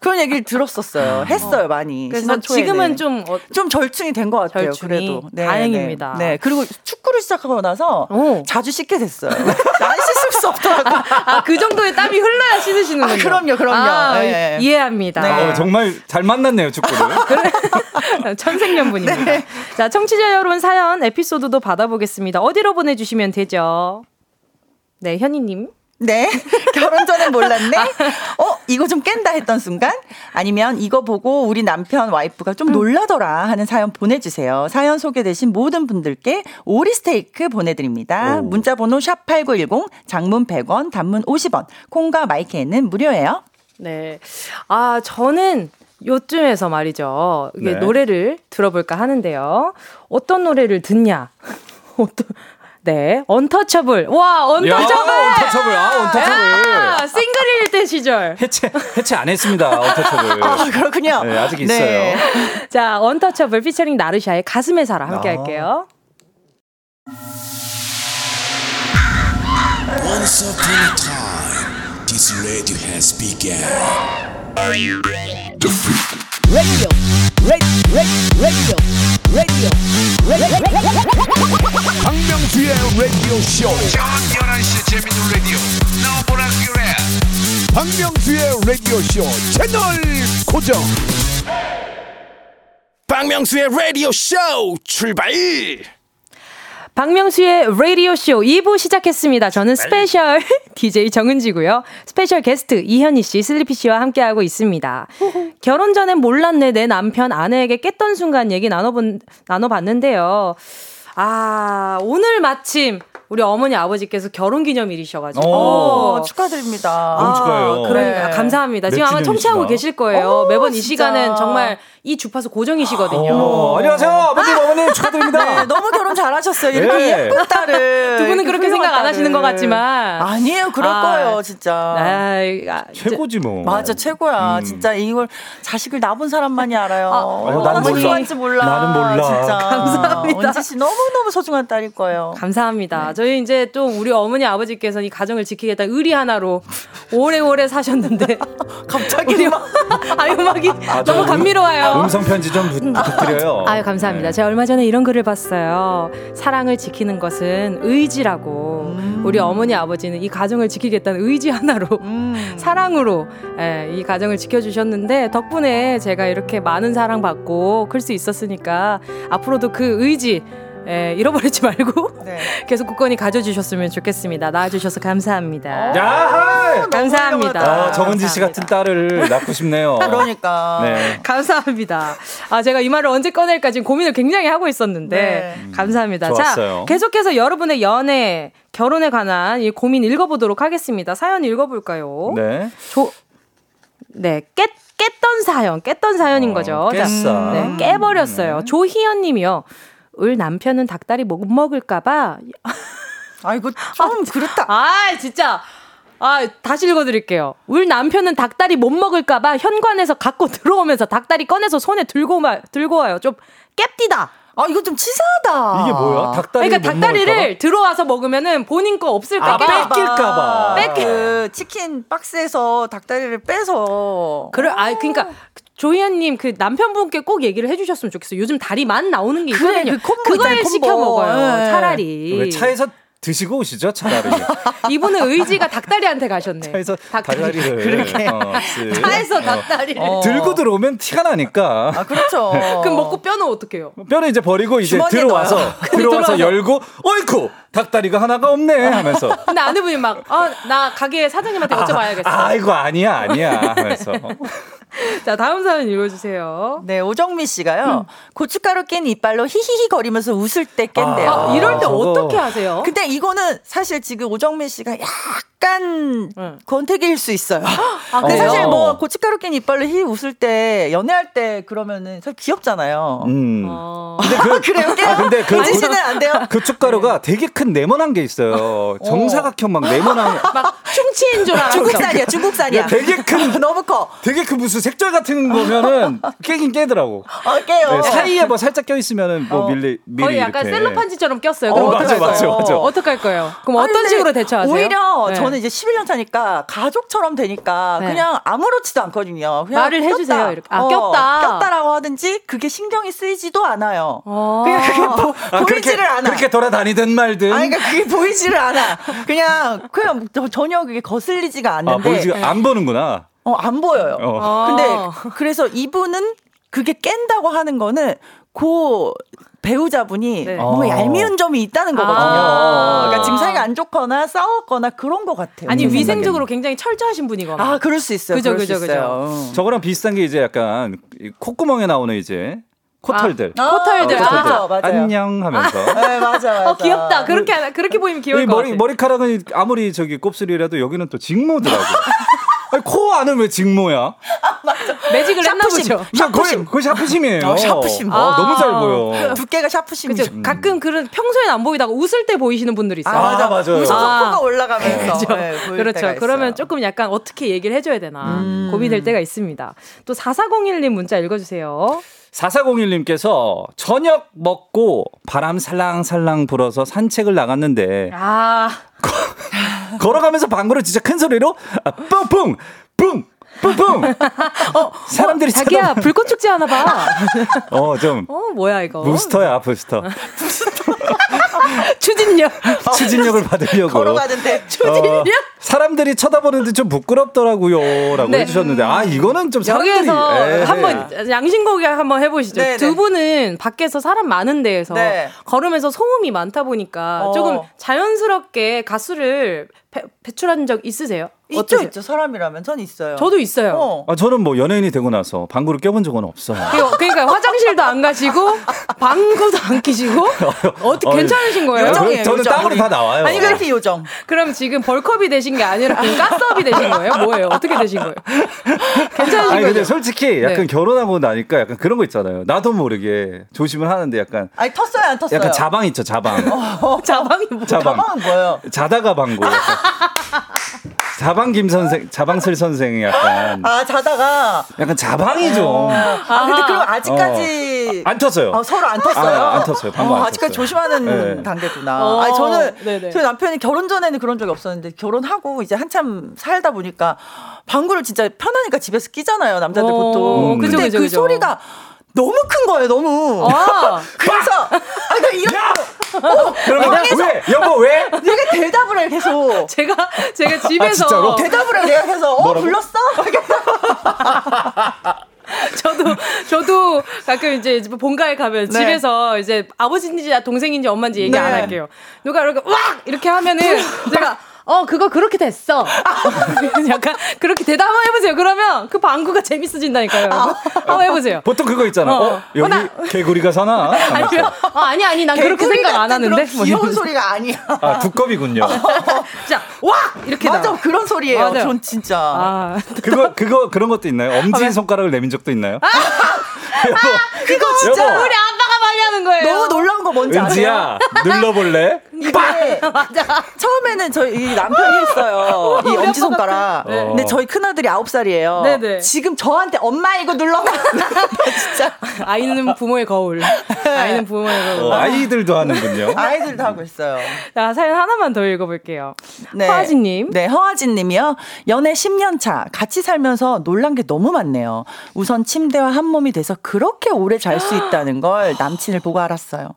Speaker 6: 그런 얘기를 들었었어요. 했어요 많이.
Speaker 8: 그래서
Speaker 6: 신혼 초에는. 네.
Speaker 8: 지금은 좀 어,
Speaker 6: 좀 절충이 된 것 같아요.
Speaker 8: 절충이?
Speaker 6: 그래도
Speaker 8: 다행입니다.
Speaker 6: 네, 네. 그리고 축구를 시작하고 나서
Speaker 8: 오.
Speaker 6: 자주 씻게 됐어요. 안 씻을 수 없더라고.
Speaker 8: 아, 그 정도의 땀이 흘러야 씻으시는군요.
Speaker 6: 아, 그럼요, 그럼요. 네.
Speaker 8: 이해합니다.
Speaker 6: 네.
Speaker 7: 어, 정말 잘 만났네요 축구를.
Speaker 8: 천생연분입니다. 자, 청취자 여러분 사연 에피소드도 받아보겠습니다. 어디로 보내주시면 되죠? 네, 현희님.
Speaker 6: 네. 결혼 전엔 몰랐네. 어, 이거 좀 깬다 했던 순간? 아니면 이거 보고 우리 남편 와이프가 좀 놀라더라 하는 사연 보내주세요. 사연 소개되신 모든 분들께 오리 스테이크 보내드립니다.
Speaker 7: 오.
Speaker 6: 문자번호 샵8910, 장문 100원, 단문 50원, 콩과 마이크에는 무료예요.
Speaker 8: 네. 아, 저는 요쯤에서 말이죠. 이게
Speaker 7: 네.
Speaker 8: 노래를 들어볼까 하는데요. 어떤 노래를 듣냐? 어떤 네, 언터처블. 와,
Speaker 7: 야,
Speaker 8: 언터처블.
Speaker 7: 언터처블. 아, 언터처블.
Speaker 8: 야, 싱글일 때 시절.
Speaker 7: 해체 해체 안 했습니다. 언터처블.
Speaker 6: 아, 그렇군요.
Speaker 7: 네, 아직
Speaker 6: 네.
Speaker 7: 있어요.
Speaker 8: 자, 언터처블 피처링 나르샤의 가슴의 사랑 함께 할게요.
Speaker 2: Once upon a time, this radio has begun.
Speaker 9: 박명수의 라디오 쇼. 저녁 11시 재밌는 라디오. 너보라 그래. 박명수의 라디오 쇼 채널 고정. 박명수의 라디오 쇼 출발.
Speaker 8: 박명수의 라디오 쇼 2부 시작했습니다. 저는 스페셜 DJ 정은지고요. 스페셜 게스트 이현희 씨, 슬리피 씨와 함께하고 있습니다. 결혼 전엔 몰랐네 내 남편 아내에게 깼던 순간 얘기 나눠본 나눠봤는데요. 아 오늘 마침 우리 어머니 아버지께서 결혼 기념일이셔가지고.
Speaker 7: 오.
Speaker 6: 어, 축하드립니다.
Speaker 7: 너무 축하해요.
Speaker 8: 아, 그런
Speaker 6: 네.
Speaker 8: 아, 감사합니다.
Speaker 7: 몇
Speaker 8: 지금 아마 청취하고
Speaker 7: 주년이시나?
Speaker 8: 계실 거예요.
Speaker 6: 오,
Speaker 8: 매번 이
Speaker 6: 진짜.
Speaker 8: 시간은 정말 이 주파수 고정이시거든요.
Speaker 7: 어, 안녕하세요. 아버님, 어머님 축하드립니다.
Speaker 6: 네, 너무 결혼 잘하셨어요. 이렇게
Speaker 7: 예.
Speaker 6: 예쁜 딸을.
Speaker 8: 두 분은 그렇게
Speaker 6: 이렇게
Speaker 8: 생각 안
Speaker 6: 훌륭한
Speaker 8: 하시는 것
Speaker 6: 딸을.
Speaker 8: 같지만.
Speaker 6: 아니에요. 그럴
Speaker 8: 아.
Speaker 6: 거예요, 진짜.
Speaker 8: 아이, 아, 진짜.
Speaker 7: 최고지 뭐.
Speaker 6: 맞아, 최고야.
Speaker 7: 음.
Speaker 6: 진짜 이걸 자식을 낳아본 사람만이 알아요.
Speaker 7: 나는
Speaker 6: 얼마나
Speaker 7: 몰라.
Speaker 6: 소중한지 몰라.
Speaker 7: 나는 몰라.
Speaker 6: 진짜.
Speaker 8: 감사합니다.
Speaker 6: 원지 씨 너무너무 소중한 딸일 거예요.
Speaker 8: 감사합니다. 저희 이제 또 우리 어머니 아버지께서는 이 가정을 지키겠다 의리 하나로 오래오래 사셨는데
Speaker 6: 갑자기 막.
Speaker 8: 아이 음악이
Speaker 7: 아, 저
Speaker 8: 너무
Speaker 7: 음-
Speaker 8: 감미로워요.
Speaker 7: 음성 편지 좀 부- 부탁드려요.
Speaker 8: 아유 감사합니다.
Speaker 7: 네.
Speaker 8: 제가 얼마 전에 이런 글을 봤어요. 사랑을 지키는 것은 의지라고 우리 어머니 아버지는 이 가정을 지키겠다는 의지 하나로
Speaker 6: 음.
Speaker 8: 사랑으로 예, 이 가정을 지켜주셨는데 덕분에 제가 이렇게 많은 사랑 받고 클 수 있었으니까 앞으로도 그 의지 예, 잃어버리지 말고
Speaker 6: 네.
Speaker 8: 계속 굳건히 가져주셨으면 좋겠습니다. 낳아주셔서
Speaker 7: 어,
Speaker 8: 감사합니다.
Speaker 7: 야하!
Speaker 8: 감사합니다.
Speaker 7: 아, 정은지 씨
Speaker 8: 감사합니다.
Speaker 7: 같은 딸을 낳고 싶네요.
Speaker 6: 그러니까.
Speaker 7: 네.
Speaker 8: 감사합니다. 아, 제가 이 말을 언제 꺼낼까 지금 고민을 굉장히 하고 있었는데.
Speaker 6: 네.
Speaker 8: 감사합니다.
Speaker 7: 음, 좋았어요.
Speaker 8: 자, 계속해서 여러분의 연애, 결혼에 관한 이 고민 읽어보도록 하겠습니다. 사연 읽어볼까요?
Speaker 7: 네.
Speaker 8: 조, 네, 깼, 깼던 사연, 깼던 사연인
Speaker 7: 어, 음.
Speaker 8: 거죠. 자,
Speaker 7: 깼어.
Speaker 8: 네, 깨버렸어요. 조희연 님이요. 을 남편은 닭다리 못 먹을까봐.
Speaker 6: 아, 이거 좀 그렇다.
Speaker 8: 아, 진짜. 아, 다시 읽어드릴게요. 울 남편은 닭다리 못 먹을까봐 현관에서 갖고 들어오면서 닭다리 꺼내서 손에 들고, 마, 들고 와요. 좀 깹디다.
Speaker 6: 아, 이거 좀 치사하다.
Speaker 7: 이게 뭐야? 닭다리
Speaker 8: 아. 그러니까 닭다리를 들어와서 먹으면은 본인 거
Speaker 7: 아,
Speaker 8: 없을까봐.
Speaker 7: 뺏길까봐.
Speaker 6: 뺏- 그 치킨 박스에서 닭다리를 빼서
Speaker 8: 그래, 아, 그러니까 조희연님 그 남편분께 꼭 얘기를 해주셨으면 좋겠어요. 요즘 다리만 나오는 게
Speaker 6: 그래,
Speaker 8: 있거든요.
Speaker 6: 그 콤보
Speaker 8: 걸
Speaker 6: 있잖아요,
Speaker 8: 시켜
Speaker 6: 콤보.
Speaker 8: 먹어요.
Speaker 6: 예.
Speaker 7: 왜
Speaker 8: 차라리.
Speaker 7: 차에서 드시고 오시죠, 차라리.
Speaker 8: 이분은 의지가 닭다리한테 가셨네.
Speaker 7: 차에서
Speaker 8: 네. 닭다리.
Speaker 7: 닭다리를. 어, 쓱.
Speaker 8: 차에서 닭다리를.
Speaker 6: 어.
Speaker 7: 들고 들어오면 티가 나니까.
Speaker 6: 아, 그렇죠.
Speaker 8: 그럼 먹고 뼈는 어떡해요?
Speaker 7: 뼈를 이제 버리고 이제
Speaker 6: 주머니에
Speaker 7: 들어와서
Speaker 6: 넣어요.
Speaker 7: 들어와서 열고 어이쿠 닭다리가 하나가 없네 하면서
Speaker 8: 근데 아내분이 막, 아, 나 가게 사장님한테 여쭤봐야겠어.
Speaker 7: 아 이거 아니야 아니야 하면서
Speaker 8: 자, 다음 사연 읽어주세요.
Speaker 6: 네, 오정미
Speaker 8: 음.
Speaker 6: 씨가요. 고춧가루 낀 이빨로 히히히 거리면서 웃을 때 깬대요.
Speaker 8: 아, 이럴 때
Speaker 7: 저거.
Speaker 8: 어떻게 하세요?
Speaker 6: 근데 이거는 사실 지금 오정민 씨가 약간
Speaker 8: 응.
Speaker 6: 권태기일 수 있어요.
Speaker 8: 아,
Speaker 6: 근데
Speaker 7: 그래요?
Speaker 6: 사실 뭐 고춧가루 낀 이빨로 히 웃을 때 연애할 때 그러면은 사실 귀엽잖아요.
Speaker 7: 음.
Speaker 8: 어.
Speaker 7: 근데 그
Speaker 6: 그래요? 깨요?
Speaker 7: 아, 근데 그
Speaker 6: 만지시면 안 돼요?
Speaker 7: 고춧가루가 되게 큰 네모난 게 있어요. 정사각형 막 네모난 예,
Speaker 8: 막 충치인 줄 알았어.
Speaker 6: 아, 중국산이야, 중국산이야.
Speaker 7: 되게 큰
Speaker 6: 너무 커.
Speaker 7: 되게 그 무슨 색절 같은 거면은 깨긴 깨더라고.
Speaker 6: 어, 깨요.
Speaker 7: 네, 사이에 뭐 살짝 껴 있으면은 뭐 밀리 밀리
Speaker 8: 거의 약간
Speaker 7: 이렇게. 아,
Speaker 8: 셀로판지처럼 꼈어요.
Speaker 6: 어,
Speaker 8: 그럼
Speaker 7: 맞아,
Speaker 8: 어떡할 거예요?
Speaker 7: 맞아, 맞아.
Speaker 8: 어떡할 거예요? 그럼
Speaker 6: 아니,
Speaker 8: 뭐 어떤
Speaker 6: 근데
Speaker 8: 식으로 대처하세요?
Speaker 6: 오히려
Speaker 8: 네.
Speaker 6: 저는 이제 11년 차니까 가족처럼 되니까
Speaker 8: 네.
Speaker 6: 그냥 아무렇지도 않거든요. 그냥
Speaker 8: 말을 해주세요,
Speaker 6: 꼈다. 어,
Speaker 8: 이렇게. 아, 꼈다.
Speaker 6: 꼈다라고 하든지 그게 신경이 쓰이지도 않아요.
Speaker 8: 어.
Speaker 6: 그냥 그게 보,
Speaker 7: 아, 그렇게-
Speaker 6: 보이지를 않아.
Speaker 7: 그렇게 돌아다니든
Speaker 8: 음?
Speaker 7: 말든
Speaker 6: 아니, 그러니까 그게 보이지를 않아. 그냥, 그냥 저- 전혀 그게 거슬리지가
Speaker 7: 아,
Speaker 6: 않는데. 네.
Speaker 7: 보이지 안 보는구나.
Speaker 6: 어, 안 보여요.
Speaker 7: 어.
Speaker 8: 어.
Speaker 6: 근데 그래서 이분은 그게 깬다고 하는 거는 그 배우자분이
Speaker 8: 네.
Speaker 6: 뭔가
Speaker 7: 어.
Speaker 6: 얄미운 점이 있다는 거거든요.
Speaker 8: 아.
Speaker 6: 그러니까 지금 사이가 안 좋거나 싸웠거나 그런 것 같아요.
Speaker 8: 아니
Speaker 6: 제
Speaker 8: 위생적으로 굉장히 철저하신 분이거나.
Speaker 6: 생각엔. 아, 그럴 수 있어요.
Speaker 8: 그죠,
Speaker 6: 그럴
Speaker 8: 그죠,
Speaker 6: 수
Speaker 8: 그죠.
Speaker 6: 있어요. 음.
Speaker 7: 저거랑 비슷한 게 이제 약간 이 콧구멍에 나오는 이제 코털들.
Speaker 6: 아,
Speaker 8: 코털들.
Speaker 7: 어, 코털들.
Speaker 6: 맞아, 맞아요.
Speaker 7: 안녕 하면서.
Speaker 6: 네, 맞아, 맞아.
Speaker 8: 어 귀엽다. 그렇게 하나- 그렇게 보이면 귀여울
Speaker 7: 이
Speaker 8: 것
Speaker 7: 머리
Speaker 8: 같아.
Speaker 7: 머리카락은 아무리 저기 곱슬이라도 여기는 또 직모더라고. 아니, 코 안은 왜 직모야?
Speaker 8: 매직을 했나
Speaker 6: 샤프심.
Speaker 8: 보죠.
Speaker 7: 그냥 거의 거의 샤프심이에요.
Speaker 6: 어, 샤프심. 아.
Speaker 7: 어, 너무 잘 보여.
Speaker 6: 두께가 샤프심이죠.
Speaker 8: 그죠? 가끔 그런 평소엔 안 보이다가 웃을 때 보이시는 분들이 있어요.
Speaker 7: 아, 맞아요.
Speaker 6: 웃음 속도가
Speaker 8: 아.
Speaker 6: 올라가면서.
Speaker 8: 그렇죠.
Speaker 6: 네, 보일 때가
Speaker 8: 그렇죠.
Speaker 6: 있어요.
Speaker 8: 그러면 조금 약간 어떻게 얘기를 해줘야 되나 고민될 때가 있습니다. 또 4401님 문자 읽어주세요.
Speaker 7: 4401님께서 저녁 먹고 바람 살랑살랑 불어서 산책을 나갔는데
Speaker 8: 아,
Speaker 7: 걸어가면서 방구를 진짜 큰 소리로 아, 뿡뿡 뿡 뿡뿡 사람들이
Speaker 8: 어, 자기야 불꽃 축제 하나 봐.
Speaker 7: 어좀
Speaker 8: 어 뭐야 이거?
Speaker 7: 부스터야 부스터
Speaker 8: 추진력.
Speaker 7: 추진력을 받으려고
Speaker 6: 걸어가는데
Speaker 7: 어, 사람들이 쳐다보는데 좀 부끄럽더라고요라고
Speaker 8: 네.
Speaker 7: 해주셨는데 아 이거는 좀 사람들이
Speaker 8: 여기에서
Speaker 7: 예.
Speaker 8: 한번 양심고개 한번 해보시죠.
Speaker 6: 네, 네.
Speaker 8: 두 분은 밖에서 사람 많은 데에서
Speaker 6: 네.
Speaker 8: 걸으면서 소음이 많다 보니까
Speaker 6: 어.
Speaker 8: 조금 자연스럽게 가수를 배, 배출한 적 있으세요?
Speaker 6: 있죠,
Speaker 8: 어떠세요?
Speaker 6: 있죠. 사람이라면 전 있어요.
Speaker 8: 저도 있어요.
Speaker 6: 어.
Speaker 7: 아, 저는 뭐 연예인이 되고 나서 방구를 껴본 적은 없어요.
Speaker 8: 그리고 그러니까 화장실도 안 가시고 방구도 안 끼시고 어떻게
Speaker 7: 어이.
Speaker 8: 괜찮으신 거예요?
Speaker 6: 요정이에요,
Speaker 7: 그럼 저는
Speaker 6: 요정,
Speaker 7: 땀으로
Speaker 6: 우리.
Speaker 7: 다 나와요.
Speaker 6: 아니 그렇게 요정.
Speaker 8: 그럼 지금 벌컵이 되신 게 아니라 그럼 가스업이 되신 거예요? 뭐예요? 어떻게 되신 거예요? 괜찮으신
Speaker 7: 아니
Speaker 8: 거죠?
Speaker 7: 근데 솔직히 약간
Speaker 8: 네.
Speaker 7: 결혼하고 나니까 약간 그런 거 있잖아요. 나도 모르게 조심을 하는데 약간
Speaker 6: 아니 텄어요, 안 텄어요. 어,
Speaker 7: 약간 자방 있죠, 자방.
Speaker 8: 자방이 뭐?
Speaker 7: 자방.
Speaker 6: 방은 뭐예요?
Speaker 7: 자다가 방구. 자방 김 선생, 자방슬 선생 약간
Speaker 6: 아 자다가
Speaker 7: 약간 자방이 좀 안
Speaker 6: 아 근데 그럼 아직까지
Speaker 7: 텄어요.
Speaker 6: 아, 서로 안 텄어요.
Speaker 7: 아, 안 텄어요. 방금 안
Speaker 6: 아직까지
Speaker 7: 텄어요.
Speaker 6: 조심하는
Speaker 7: 네.
Speaker 6: 단계구나.
Speaker 8: 어,
Speaker 6: 아니 저는
Speaker 8: 네네.
Speaker 6: 저희 남편이 결혼 전에는 그런 적이 없었는데 결혼하고 이제 한참 살다 보니까 방구를 진짜 편하니까 집에서 끼잖아요. 남자들
Speaker 8: 어,
Speaker 6: 보통.
Speaker 8: 음.
Speaker 6: 근데
Speaker 8: 그죠,
Speaker 6: 그
Speaker 8: 그죠, 그죠.
Speaker 6: 소리가 너무 큰 거예요. 너무.
Speaker 8: 아,
Speaker 6: 그래서 아 그러니까 이런
Speaker 7: 그러면
Speaker 6: 아,
Speaker 7: 왜? 여보 왜?
Speaker 6: 되게 대답을 해 계속.
Speaker 8: 제가
Speaker 6: 아,
Speaker 8: 제가 집에서
Speaker 7: 진짜로?
Speaker 6: 대답을 해 내가 해서 어 불렀어?
Speaker 8: 아, 그러니까 저도 저도 가끔 이제 본가에 가면 집에서 이제 아버지인지 동생인지 엄마인지 얘기 안
Speaker 6: 네.
Speaker 8: 할게요. 누가 이렇게 왁 이렇게 하면은 제가 어 그거 그렇게 됐어. 약간 그렇게 대답 한번 해보세요. 그러면 그 방구가 재밌어진다니까요.
Speaker 6: 아.
Speaker 8: 한번 해보세요.
Speaker 7: 보통 그거 있잖아.
Speaker 8: 어.
Speaker 7: 어, 여기
Speaker 8: 어, 나-
Speaker 7: 개구리가 사나?
Speaker 8: 아니면 어, 아니 아니 난 그렇게
Speaker 6: 개구리
Speaker 8: 생각 안
Speaker 6: 같은 그러니까 그런
Speaker 8: 하는데 뭐
Speaker 6: 귀여운
Speaker 8: 이러면서
Speaker 6: 소리가 아니야.
Speaker 7: 아, 두꺼비군요.
Speaker 8: 진짜 와 이렇게
Speaker 6: 맞아
Speaker 8: 나와.
Speaker 6: 그런 소리예요.
Speaker 8: 맞아요.
Speaker 6: 전 진짜.
Speaker 8: 아
Speaker 7: 그거 그거 그런 것도 있나요?
Speaker 6: 아, 네.
Speaker 7: 엄지 손가락을 내민 적도 있나요? 여보,
Speaker 6: 그거 진짜
Speaker 7: 여보,
Speaker 8: 우리 아빠가 많이 하는 거예요.
Speaker 6: 너무 놀라운 거 뭔지 아세요?
Speaker 7: 은지야 눌러볼래?
Speaker 6: 이게 처음에는 저희 이 남편이 했어요. 이 엄지 손가락.
Speaker 7: 네.
Speaker 6: 근데 저희 큰 아들이 아홉 살이에요.
Speaker 8: 네네.
Speaker 6: 지금 저한테 엄마 이거 눌러. 진짜
Speaker 8: 아이는 부모의 거울. 아이는 부모의 거울.
Speaker 7: 어, 아이들도 하는군요.
Speaker 6: 아이들도 하고 있어요.
Speaker 8: 자 사연 하나만 더 읽어볼게요. 허아진님.
Speaker 6: 네, 허아진님이요. 연애 10년 차 같이 살면서 놀란 게 너무 많네요. 우선 침대와 한 몸이 돼서 그렇게 오래 잘 수 있다는 걸 남친을 보고 알았어요.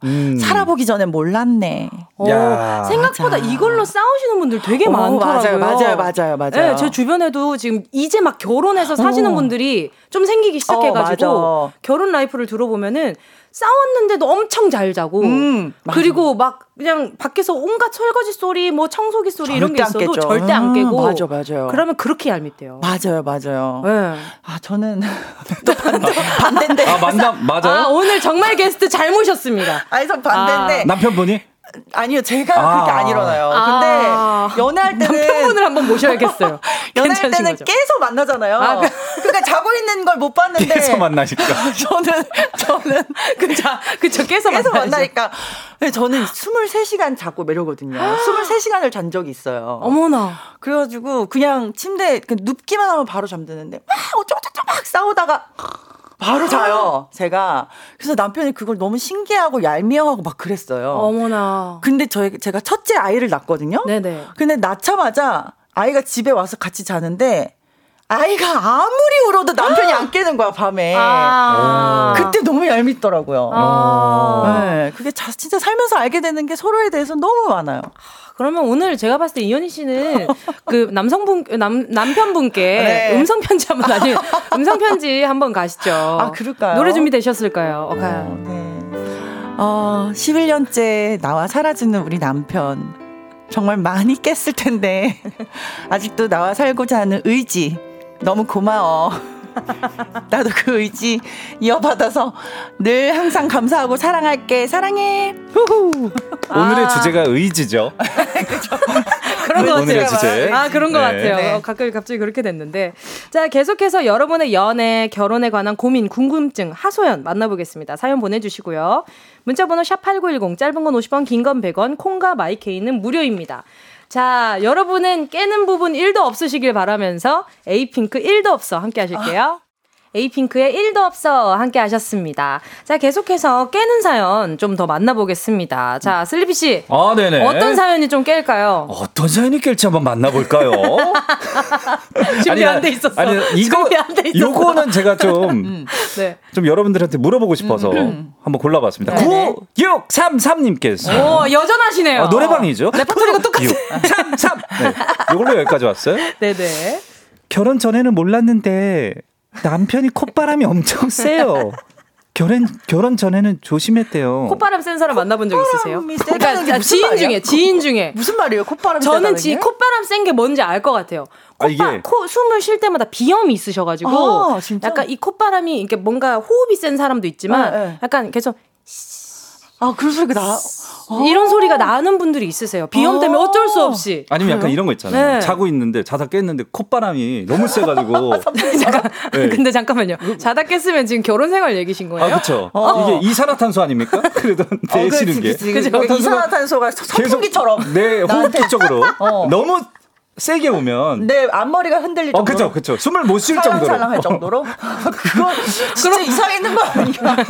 Speaker 6: 살아보기 전엔 몰랐네.
Speaker 7: 야.
Speaker 8: 어, 생각보다 이걸로 싸우시는 분들 되게
Speaker 6: 오,
Speaker 8: 많더라고요.
Speaker 6: 어, 맞아요, 맞아요, 맞아요, 맞아요.
Speaker 8: 네, 제 주변에도 지금 이제 막 결혼해서 사시는 분들이 좀 생기기 시작해가지고
Speaker 6: 어, 맞아.
Speaker 8: 결혼 라이프를 들어보면은 싸웠는데도 엄청 잘 자고
Speaker 6: 음, 맞아.
Speaker 8: 그리고 막 그냥 밖에서 온갖 설거지 소리, 뭐 청소기 소리 이런
Speaker 6: 절대
Speaker 8: 게
Speaker 6: 안
Speaker 8: 있어도
Speaker 6: 깨죠.
Speaker 8: 절대 안
Speaker 6: 음,
Speaker 8: 깨고
Speaker 6: 맞아, 맞아요.
Speaker 8: 그러면 그렇게 얄밉대요.
Speaker 6: 맞아요, 맞아요.
Speaker 8: 네.
Speaker 6: 아, 저는 또 반대, 반대인데.
Speaker 7: 아 만남
Speaker 8: 아
Speaker 7: 맞아요?
Speaker 8: 오늘 정말 게스트 잘 모셨습니다.
Speaker 6: 아니, 저 반대인데.
Speaker 7: 남편분이?
Speaker 8: 네.
Speaker 6: 아, 니요 제가
Speaker 7: 아.
Speaker 6: 그렇게 안 일어나요.
Speaker 8: 아.
Speaker 6: 근데 연애할 때는.
Speaker 8: 남편분을 한번 모셔야겠어요.
Speaker 6: 네. 연애할
Speaker 8: 괜찮으신
Speaker 6: 때는
Speaker 8: 거죠?
Speaker 6: 계속 만나잖아요.
Speaker 8: 아, 그-
Speaker 6: 그러니까 자고 있는 걸 못 봤는데.
Speaker 7: 계속 만나실까?
Speaker 6: 저는, 저는.
Speaker 8: 그쵸, 그쵸, 계속
Speaker 6: 계속
Speaker 8: 만나니까.
Speaker 6: 만나니까. 근데 저는 23시간 자고 매료거든요. 23시간을 잔 적이 있어요.
Speaker 8: 아. 어머나.
Speaker 6: 그래가지고 그냥 침대에 그 눕기만 하면 바로 잠드는데 막 어쩌고저쩌고 막 싸우다가 바로 자요 제가 그래서 남편이 그걸 너무 신기하고 얄미워하고 막 그랬어요
Speaker 8: 어머나.
Speaker 6: 근데 저희 제가 첫째 아이를 낳거든요
Speaker 8: 네네.
Speaker 6: 근데 낳자마자 아이가 집에 와서 같이 자는데 아이가 아무리 울어도 남편이 안 깨는 거야 밤에
Speaker 8: 아.
Speaker 6: 그때 너무 얄밉더라고요
Speaker 8: 아.
Speaker 6: 네, 그게 자- 진짜 살면서 알게 되는 게 서로에 대해서 너무 많아요
Speaker 8: 그러면 오늘 제가 봤을 때 이현희 씨는 그 남성분 남 남편분께
Speaker 6: 네.
Speaker 8: 음성 편지 한번 아니 음성 편지 한번 가시죠. 아
Speaker 6: 그럴까요?
Speaker 8: 노래 준비 되셨을까요? 어, 가요.
Speaker 6: 네. 어, 11년째 나와 사라지는 우리 남편. 정말 많이 깼을 텐데. 아직도 나와 살고자 하는 의지. 너무 고마워. 나도 그 의지 이어받아서 늘 항상 감사하고 사랑할게. 사랑해. 후후.
Speaker 8: 아.
Speaker 7: 오늘의 주제가 의지죠.
Speaker 8: 그런 거
Speaker 7: 오늘의
Speaker 8: 같아요.
Speaker 7: 주제.
Speaker 8: 아 그런 것
Speaker 7: 네.
Speaker 8: 같아요.
Speaker 6: 네.
Speaker 8: 어, 가끔 갑자기 그렇게 됐는데 자 계속해서 여러분의 연애 결혼에 관한 고민 궁금증 하소연 만나보겠습니다. 사연 보내주시고요. 문자번호 샵 #8910 짧은 건 50원, 긴 건 100원 콩과 마이케이는 무료입니다. 자 여러분은 깨는 부분 1도 없으시길 바라면서 에이핑크 1도 없어 함께 하실게요. 에이핑크의 1도 없어 함께 하셨습니다. 자, 계속해서 깨는 사연 좀 더 만나보겠습니다. 자, 슬리피 씨.
Speaker 7: 아 네네.
Speaker 8: 어떤 사연이 좀 깰까요?
Speaker 7: 어떤 사연이 깰지 한번 만나볼까요?
Speaker 8: 준비
Speaker 7: 아니,
Speaker 8: 안 돼 있었어.
Speaker 7: 아니 이거
Speaker 8: 준비 안 돼 있었어.
Speaker 7: 요거는 제가 좀 좀
Speaker 8: 네.
Speaker 7: 여러분들한테 물어보고 싶어서 한번 골라봤습니다.
Speaker 8: 음, 네네.
Speaker 7: 9633님께서
Speaker 8: 오, 여전하시네요.
Speaker 10: 어,
Speaker 7: 아, 노래방이죠.
Speaker 8: 레퍼토리가 똑같아.
Speaker 7: 633. 네. 이걸로 여기까지 왔어요.
Speaker 8: 네네.
Speaker 10: 결혼 전에는 몰랐는데 남편이 콧바람이 엄청 세요. 결혼 결혼 전에는 조심했대요.
Speaker 8: 콧바람 센 사람 만나본 적 있으세요?
Speaker 6: 콧바람이 세다는 게
Speaker 8: 아,
Speaker 6: 무슨
Speaker 8: 지인
Speaker 6: 말이야?
Speaker 8: 중에 지인 중에
Speaker 6: 무슨 말이에요? 콧바람
Speaker 8: 저는
Speaker 6: 쐬다는
Speaker 8: 지
Speaker 6: 게?
Speaker 8: 콧바람 센 게 뭔지 알 것 같아요.
Speaker 10: 아,
Speaker 8: 콧바,
Speaker 10: 이게-
Speaker 8: 코 숨을 쉴 때마다 비염이 있으셔가지고
Speaker 6: 아, 진짜?
Speaker 8: 약간 이 콧바람이 이렇게 뭔가 호흡이 센 사람도 있지만
Speaker 6: 네, 네.
Speaker 8: 약간 계속
Speaker 6: 아, 그런 소리가 나.
Speaker 8: 이런 소리가 나는 분들이 있으세요. 비염
Speaker 6: 아.
Speaker 8: 때문에 어쩔 수 없이
Speaker 10: 아니면 약간 이런 거 있잖아요.
Speaker 8: 네.
Speaker 10: 자고 있는데 자다 깼는데 콧바람이 너무 세가지고
Speaker 6: 아,
Speaker 8: 잠깐
Speaker 10: 네.
Speaker 8: 근데 잠깐만요. 자다 깼으면 지금 결혼 생활 얘기신 거예요?
Speaker 10: 아 그렇죠.
Speaker 6: 어.
Speaker 10: 이게 이산화탄소 아닙니까? 그래도 내쉬는 게
Speaker 8: 그치.
Speaker 6: 그죠? 이산화탄소가 선풍기처럼
Speaker 10: 내
Speaker 6: 나한테-
Speaker 10: 호흡기 쪽으로
Speaker 6: 어.
Speaker 10: 너무 세게 오면
Speaker 6: 내 앞머리가 흔들릴
Speaker 10: 어
Speaker 6: 네 정도로
Speaker 10: 그렇죠 그렇죠 숨을 못 쉴 정도로 어.
Speaker 6: 살랑살랑할 정도로 그거 진짜 이상했는 거 아니야?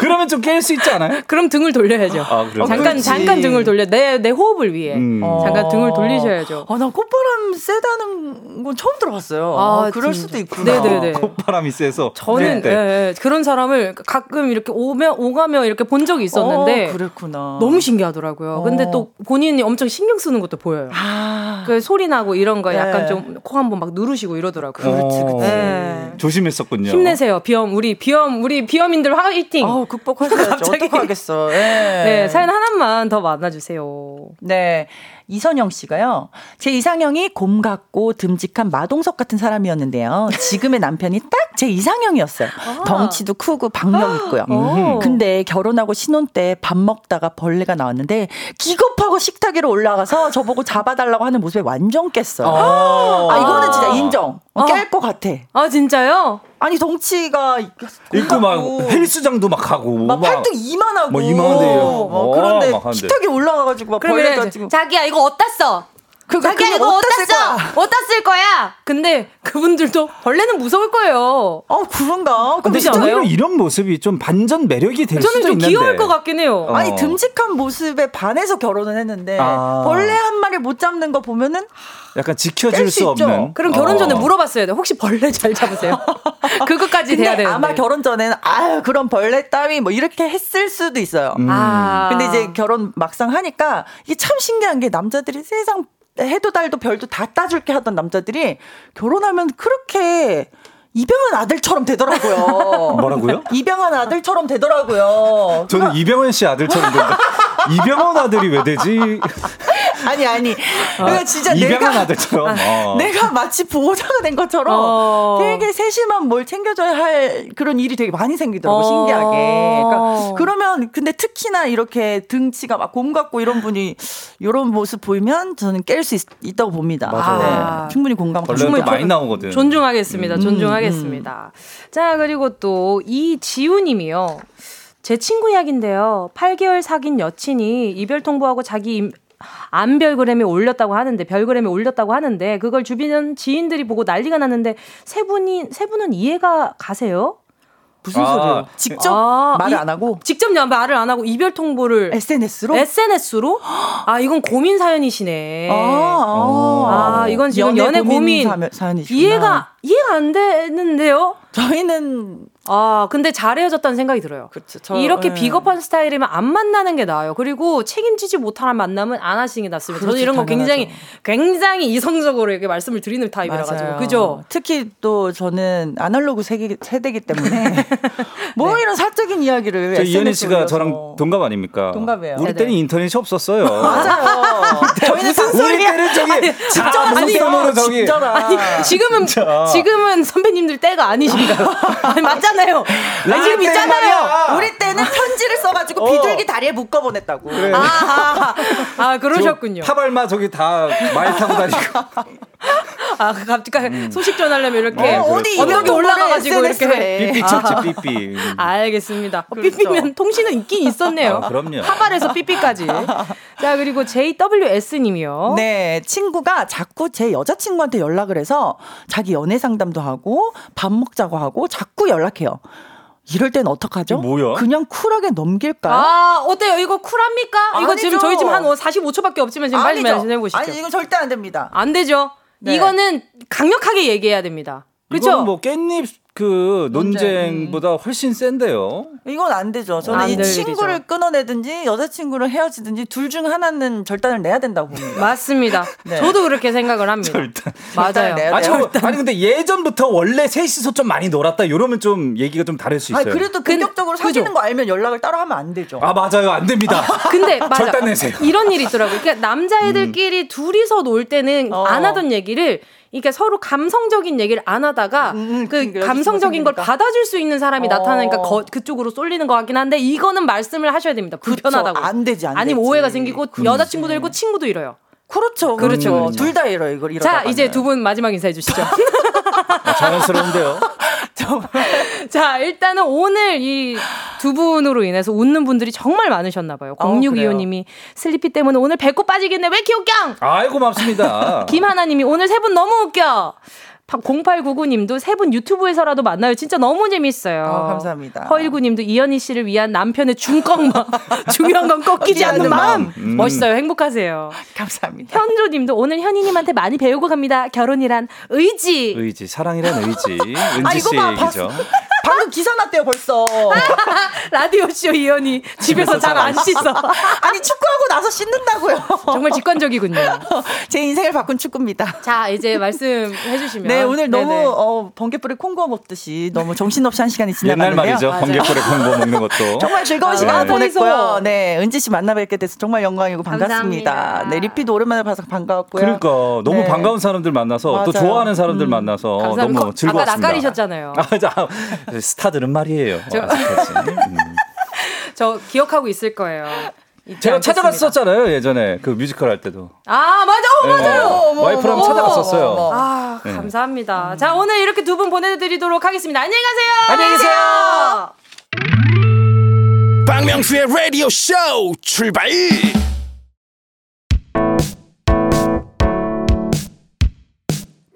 Speaker 10: 그러면 좀 깰 수 있지 않아요?
Speaker 8: 그럼 등을 돌려야죠.
Speaker 10: 아, 그래요?
Speaker 8: 잠깐
Speaker 6: 그렇지.
Speaker 8: 잠깐 등을 돌려 내 내 호흡을 위해 어.
Speaker 10: 음.
Speaker 8: 잠깐 등을 돌리셔야죠.
Speaker 6: 아, 난 콧바람 세다는 건 처음 들어봤어요. 아, 그럴
Speaker 8: 진짜.
Speaker 6: 수도 있구나. 아,
Speaker 8: 네네네.
Speaker 10: 콧바람이 세서
Speaker 8: 저는
Speaker 10: 네.
Speaker 8: 예, 예, 그런 사람을 가끔 이렇게 오며 오가며 이렇게 본 적이 있었는데
Speaker 6: 어, 그랬구나.
Speaker 8: 너무 신기하더라고요.
Speaker 6: 어.
Speaker 8: 근데 또 본인이 엄청 신경 쓰는 것도 보여요.
Speaker 6: 아,
Speaker 8: 그 소리 나고 이런 거 약간
Speaker 6: 네. 그렇죠.
Speaker 8: 좀 코 한번 막 누르시고 이러더라고요.
Speaker 10: 그렇지, 그렇지.
Speaker 8: 네.
Speaker 10: 조심했었군요.
Speaker 8: 힘내세요. 비염 우리 비염 우리 비염인들 화이팅.
Speaker 6: 아우 극복하셔야죠.
Speaker 8: 갑자기.
Speaker 6: 어떡하겠어. 예.
Speaker 8: 네, 사연 하나만 더 만나주세요.
Speaker 6: 네. 이선영 씨가요. 제 이상형이 곰 같고 듬직한 마동석 같은 사람이었는데요. 지금의 남편이 딱 제 이상형이었어요.
Speaker 8: 아.
Speaker 6: 덩치도 크고 박력 있고요. 음.
Speaker 8: 오.
Speaker 6: 근데 결혼하고 신혼 때 밥 먹다가 벌레가 나왔는데 기겁하고 식탁 위로 올라가서 저보고 잡아달라고 하는 모습에 완전 깼어요. 아, 이거는
Speaker 8: 어.
Speaker 6: 진짜 인정. 어, 깰 것 같아.
Speaker 8: 아 진짜요?
Speaker 6: 아니, 덩치가
Speaker 10: 있고 막
Speaker 6: 곰 같고
Speaker 10: 헬스장도 막 하고
Speaker 6: 막 팔뚝 이만하고
Speaker 10: 뭐 이만한데요.
Speaker 6: 뭐
Speaker 10: 어,
Speaker 6: 그런데
Speaker 10: 막 하는데.
Speaker 6: 식탁에 올라가가지고 막 벌레
Speaker 8: 그러면
Speaker 6: 던지고
Speaker 3: 자기야 이거 어디다 써?
Speaker 6: 그거
Speaker 3: 자기야
Speaker 6: 그냥
Speaker 3: 이거
Speaker 6: 어디다 쓸
Speaker 3: 어디다
Speaker 6: 거야?
Speaker 3: 써? 어디다 쓸 거야?
Speaker 8: 근데 그분들도 벌레는 무서울 거예요.
Speaker 6: 아 그런가?
Speaker 10: 근데
Speaker 6: 근데
Speaker 8: 그러지 않아요?
Speaker 10: 오히려 이런 모습이 좀 반전 매력이
Speaker 6: 네,
Speaker 10: 될
Speaker 8: 저는
Speaker 10: 수도
Speaker 8: 좀
Speaker 10: 있는데.
Speaker 8: 귀여울 것 같긴 해요.
Speaker 10: 어.
Speaker 6: 아니 듬직한 모습에 반해서 결혼을 했는데
Speaker 10: 아.
Speaker 6: 벌레 한 마리 못 잡는 거 보면은
Speaker 10: 약간 지켜줄
Speaker 6: 깰수
Speaker 10: 수
Speaker 6: 있죠.
Speaker 10: 없는.
Speaker 8: 그럼 결혼 전에
Speaker 10: 어.
Speaker 8: 물어봤어야 돼. 혹시 벌레 잘 잡으세요? 그것까지
Speaker 6: 근데
Speaker 8: 돼야 되는데.
Speaker 6: 아마 결혼 전에는 아유 그런 벌레 따위 뭐 이렇게 했을 수도 있어요.
Speaker 8: 아.
Speaker 6: 근데 이제 결혼 막상 하니까 이게 참 신기한 게 남자들이 세상 해도 달도 별도 다 따줄게 하던 남자들이 결혼하면 그렇게 입양한 아들처럼 되더라고요.
Speaker 10: 어, 뭐라고요?
Speaker 6: 입양한 아들처럼 되더라고요.
Speaker 10: 저는 이병헌 씨 아들처럼 된다. 이병헌 아들이 왜 되지?
Speaker 6: 아니 아니. 그러니까 진짜
Speaker 10: 이병헌
Speaker 6: 내가 네.
Speaker 10: 아들처럼. 어.
Speaker 6: 내가 마치 보호자가 된 것처럼
Speaker 8: 어.
Speaker 6: 되게 세심한 뭘 챙겨줘야 할 그런 일이 되게 많이 생기더라고
Speaker 8: 어.
Speaker 6: 신기하게. 그러니까 그러면 근데 특히나 이렇게 등치가 막 곰 같고 이런 분이 이런 모습 보이면 저는 깰 수 있다고 봅니다.
Speaker 8: 맞아요.
Speaker 6: 네, 충분히 공감.
Speaker 10: 벌레도
Speaker 6: 갑니다.
Speaker 10: 많이 나오거든.
Speaker 8: 음. 존중하겠습니다.
Speaker 6: 음.
Speaker 8: 존중하겠습니다. 자, 그리고 또 이지우님이요. 제 친구 이야기인데요. 8개월 사귄 여친이 이별 통보하고 자기 임- 안 별그램에 올렸다고 하는데 별그램에 올렸다고 하는데 그걸 주변 지인들이 보고 난리가 났는데 세 분이 세 분은 이해가 가세요?
Speaker 6: 무슨
Speaker 10: 아.
Speaker 6: 소리예요? 직접
Speaker 8: 아,
Speaker 6: 말을
Speaker 8: 이-
Speaker 6: 안 하고
Speaker 8: 직접 말을 안 하고 이별 통보를
Speaker 6: SNS로.
Speaker 8: SNS로? 아, 이건 고민 사연이시네.
Speaker 6: 아,
Speaker 10: 어.
Speaker 8: 아, 이건 지금 연애 고민.
Speaker 6: 사연이시구나.
Speaker 8: 이해가, 이해가 안 되는데요?
Speaker 6: 저희는
Speaker 8: 아, 근데 잘 헤어졌다는 생각이 들어요.
Speaker 6: 그쵸, 저-
Speaker 8: 이렇게
Speaker 6: 예.
Speaker 8: 비겁한 스타일이면 안 만나는 게 나아요. 그리고 책임지지 못하는 만남은 안 하시는 게 낫습니다. 저는
Speaker 6: 그렇지,
Speaker 8: 이런 거 굉장히,
Speaker 6: 당연하죠.
Speaker 8: 굉장히 이성적으로 이렇게 말씀을 드리는 타입이라가지고.
Speaker 6: 맞아요.
Speaker 8: 그죠?
Speaker 6: 특히 또 저는 아날로그 세기, 세대기 때문에 뭐
Speaker 8: 네.
Speaker 6: 이런 사적인 이야기를
Speaker 10: 저
Speaker 6: SNS
Speaker 10: 이현희 씨가
Speaker 6: 올려서.
Speaker 10: 저랑 동갑 아닙니까?
Speaker 6: 동갑이에요.
Speaker 10: 우리
Speaker 6: 네네.
Speaker 10: 때는 인터넷이 없었어요.
Speaker 6: 맞아요. 저희는
Speaker 10: 무슨 소리야? 우리 때는 저기 진짜 몸으로 저기
Speaker 8: 아,
Speaker 6: 진짜라.
Speaker 8: 지금은, 지금은 선배님들 때가 아니신가요? 아니, 맞잖아요. 아니, 지금
Speaker 10: 때는
Speaker 8: 있잖아요.
Speaker 10: 말이야.
Speaker 6: 우리 때는 편지를 써가지고 비둘기 다리에 어. 묶어 보냈다고.
Speaker 8: 아, 아, 아,
Speaker 10: 저
Speaker 8: 그러셨군요.
Speaker 10: 파발마 저기 다 말 타고 다니고.
Speaker 8: 아, 그 갑자기 소식 전하려면 이렇게
Speaker 6: 어, 어디
Speaker 10: 그랬구나.
Speaker 6: 이런
Speaker 8: 언덕에
Speaker 6: 정보를
Speaker 8: 올라가가지고 이렇게
Speaker 6: SNS로
Speaker 8: 해.
Speaker 7: 예.
Speaker 10: 삐삐
Speaker 7: 아.
Speaker 10: 쳤지 삐삐.
Speaker 8: 알겠습니다. 어,
Speaker 6: 그렇죠.
Speaker 8: 삐삐면 통신은 있긴 있었네요.
Speaker 10: 아, 그럼요.
Speaker 8: 하발에서 삐삐까지. 자, 그리고 JWS님이요.
Speaker 6: 네, 친구가 자꾸 제 여자친구한테 연락을 해서 자기 연애 상담도 하고 밥 먹자고 하고 자꾸 연락해요. 이럴 땐 어떡하죠?
Speaker 10: 이게 뭐야?
Speaker 6: 그냥 쿨하게 넘길까요?
Speaker 8: 아, 어때요? 이거 쿨합니까? 이거 지금
Speaker 6: 아니죠.
Speaker 8: 저희 지금 한 45초밖에 없지만 지금 빨리 말씀해보시죠.
Speaker 6: 아니, 이거 절대 안 됩니다.
Speaker 8: 안 되죠?
Speaker 6: 네.
Speaker 8: 이거는 강력하게 얘기해야 됩니다.
Speaker 10: 이건
Speaker 8: 그렇죠?
Speaker 10: 뭐 깻잎
Speaker 7: 그 논쟁보다 훨씬 센데요.
Speaker 6: 이건 안 되죠. 저는
Speaker 8: 안
Speaker 6: 이
Speaker 8: 될
Speaker 6: 친구를
Speaker 8: 일이죠.
Speaker 6: 끊어내든지 여자친구를 헤어지든지 둘 중 하나는 절단을 내야 된다고 봅니다.
Speaker 8: 맞습니다.
Speaker 6: 네.
Speaker 8: 저도 그렇게 생각을 합니다. 맞아요.
Speaker 6: 절단을 내야
Speaker 7: 아니,
Speaker 6: 돼요.
Speaker 7: 뭐, 아니 근데 예전부터 원래 셋이서 좀 많이 놀았다 이러면 좀 얘기가 좀 다를 수
Speaker 6: 아니,
Speaker 7: 있어요.
Speaker 6: 그래도
Speaker 8: 근데-
Speaker 6: 근격적으로 사귀는 거 알면 연락을 따로 하면 안 되죠.
Speaker 7: 아 맞아요 안 됩니다.
Speaker 8: 근데 맞아.
Speaker 7: 절단 내세요.
Speaker 8: 이런 일이 있더라고요. 그러니까 남자애들끼리 둘이서 놀 때는
Speaker 6: 음. 어.
Speaker 8: 안 하던 얘기를 그러니까 서로 감성적인 얘기를 안 하다가
Speaker 6: 음,
Speaker 8: 그
Speaker 6: 그게
Speaker 8: 감성적인 걸
Speaker 6: 생기니까.
Speaker 8: 받아줄 수 있는 사람이
Speaker 6: 어.
Speaker 8: 나타나니까 거- 그쪽으로 쏠리는 것 같긴 한데 이거는 말씀을 하셔야 됩니다. 불편하다고.
Speaker 6: 안 되지, 안
Speaker 8: 아니면
Speaker 6: 되지.
Speaker 8: 오해가 생기고 여자친구도 잃고 친구도 잃어요.
Speaker 6: 그렇죠. 그렇죠. 둘 다 이러 이걸
Speaker 8: 자
Speaker 6: 이러다가는.
Speaker 8: 이제 두 분 마지막 인사해 주시죠.
Speaker 7: 아, 자연스러운데요.
Speaker 8: 자 일단은 오늘 이 두 분으로 인해서 웃는 분들이 정말 많으셨나 봐요.
Speaker 6: 어,
Speaker 8: 0625님이 슬리피 때문에 오늘 배꼽 빠지겠네 왜 이렇게 웃겨?
Speaker 7: 아이 고맙습니다.
Speaker 8: 김하나님이 오늘 세 분 너무 웃겨. 0899님도 세 분 유튜브에서라도 만나요. 진짜 너무 재밌어요.
Speaker 6: 어, 감사합니다.
Speaker 8: 허일구님도 이현희 씨를 위한 남편의 중꺾마. 중요한 건 꺾이지 않는 마음. 멋있어요. 행복하세요.
Speaker 6: 감사합니다.
Speaker 8: 현조님도 오늘 현희님한테 많이 배우고 갑니다. 결혼이란 의지.
Speaker 7: 의지 사랑이란 의지 은지
Speaker 6: 이거
Speaker 7: 씨의
Speaker 6: 봐,
Speaker 7: 얘기죠.
Speaker 6: 방금 기사 났대요 벌써.
Speaker 8: 라디오 쇼 이현희 집에서 잘 안 씻어.
Speaker 6: 아니 축구하고 나서 씻는다고요.
Speaker 8: 정말 직관적이군요.
Speaker 6: 제 인생을 바꾼 축구입니다.
Speaker 8: 자 이제 말씀해 주시면.
Speaker 6: 네 오늘 너무
Speaker 8: 네네.
Speaker 6: 어, 번개불에 콩고 먹듯이 너무 정신없이 한 시간이
Speaker 7: 옛날
Speaker 6: 지나갔는데요. 네.
Speaker 7: 말이죠.
Speaker 8: 맞아요.
Speaker 7: 번개불에 콩고 먹는 것도.
Speaker 6: 정말 즐거운
Speaker 8: 아,
Speaker 6: 시간 을
Speaker 7: 네.
Speaker 6: 보냈고요.
Speaker 8: 감사해서.
Speaker 6: 네, 은지 씨 만나 뵙게 돼서 정말 영광이고 반갑습니다.
Speaker 3: 감사합니다.
Speaker 6: 네, 리피도 오랜만에 봐서 반가웠고요.
Speaker 7: 그러니까 너무
Speaker 6: 네.
Speaker 7: 반가운 사람들 만나서
Speaker 6: 맞아요.
Speaker 7: 또 좋아하는 사람들 만나서
Speaker 8: 음. 감사합니다.
Speaker 7: 너무
Speaker 8: 거-
Speaker 7: 즐거웠습니다.
Speaker 8: 아까 낯가리셨잖아요.
Speaker 7: 아, 자, 스타들은 말이에요.
Speaker 8: 저-
Speaker 7: 아직까지. 음.
Speaker 8: 저 기억하고 있을 거예요. 잊지
Speaker 7: 제가
Speaker 8: 않겠습니다.
Speaker 7: 찾아갔었잖아요 예전에 그 뮤지컬 할 때도.
Speaker 8: 아 맞아, 어, 맞아요.
Speaker 7: 네. 와이프랑 네.
Speaker 8: 어머,
Speaker 7: 찾아갔었어요.
Speaker 6: 어머, 어머.
Speaker 8: 아, 감사합니다. 자, 오늘 이렇게 두 분 보내드리도록 하겠습니다. 안녕히 가세요. 안녕히
Speaker 6: 계세요.
Speaker 2: 박명수의 라디오 쇼 출발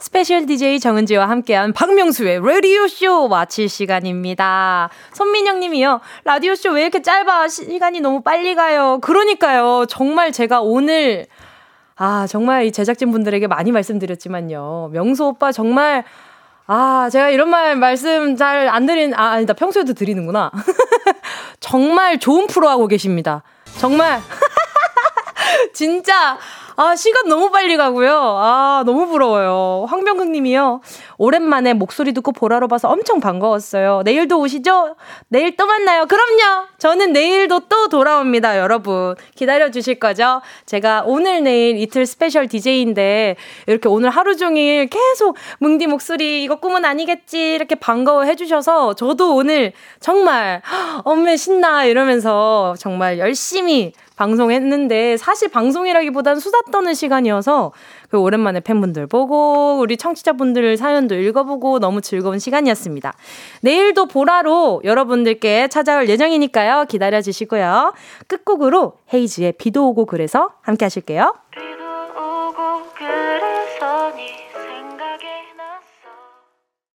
Speaker 8: 스페셜 DJ 정은지와 함께한 박명수의 라디오쇼 마칠 시간입니다. 손민영 님이요. 라디오쇼 왜 이렇게 짧아? 시간이 너무 빨리 가요. 그러니까요. 정말 제가 오늘 아, 정말 이 제작진분들에게 많이 말씀드렸지만요. 명수 오빠 정말 아, 제가 이런 말 말씀 잘 안 드린, 아, 아니다. 평소에도 드리는구나. 정말 좋은 프로 하고 계십니다. 정말. 진짜 아, 시간 너무 빨리 가고요. 아, 너무 부러워요. 황병국 님이요. 오랜만에 목소리 듣고 보라로 봐서 엄청 반가웠어요. 내일도 오시죠? 내일 또 만나요. 그럼요. 저는 내일도 또 돌아옵니다, 여러분. 기다려 주실 거죠? 제가 오늘 내일 이틀 스페셜 DJ인데 이렇게 오늘 하루 종일 계속 뭉디 목소리 이거 꿈은 아니겠지 이렇게 반가워해 주셔서 저도 오늘 정말 엄매 신나 이러면서 정말 열심히 방송했는데 사실 방송이라기보단 수다 떠는 시간이어서 그 오랜만에 팬분들 보고 우리 청취자분들 사연도 읽어보고 너무 즐거운 시간이었습니다. 내일도 보라로 여러분들께 찾아올 예정이니까요. 기다려 주시고요. 끝곡으로 헤이즈의 비도 오고 그래서 함께 하실게요.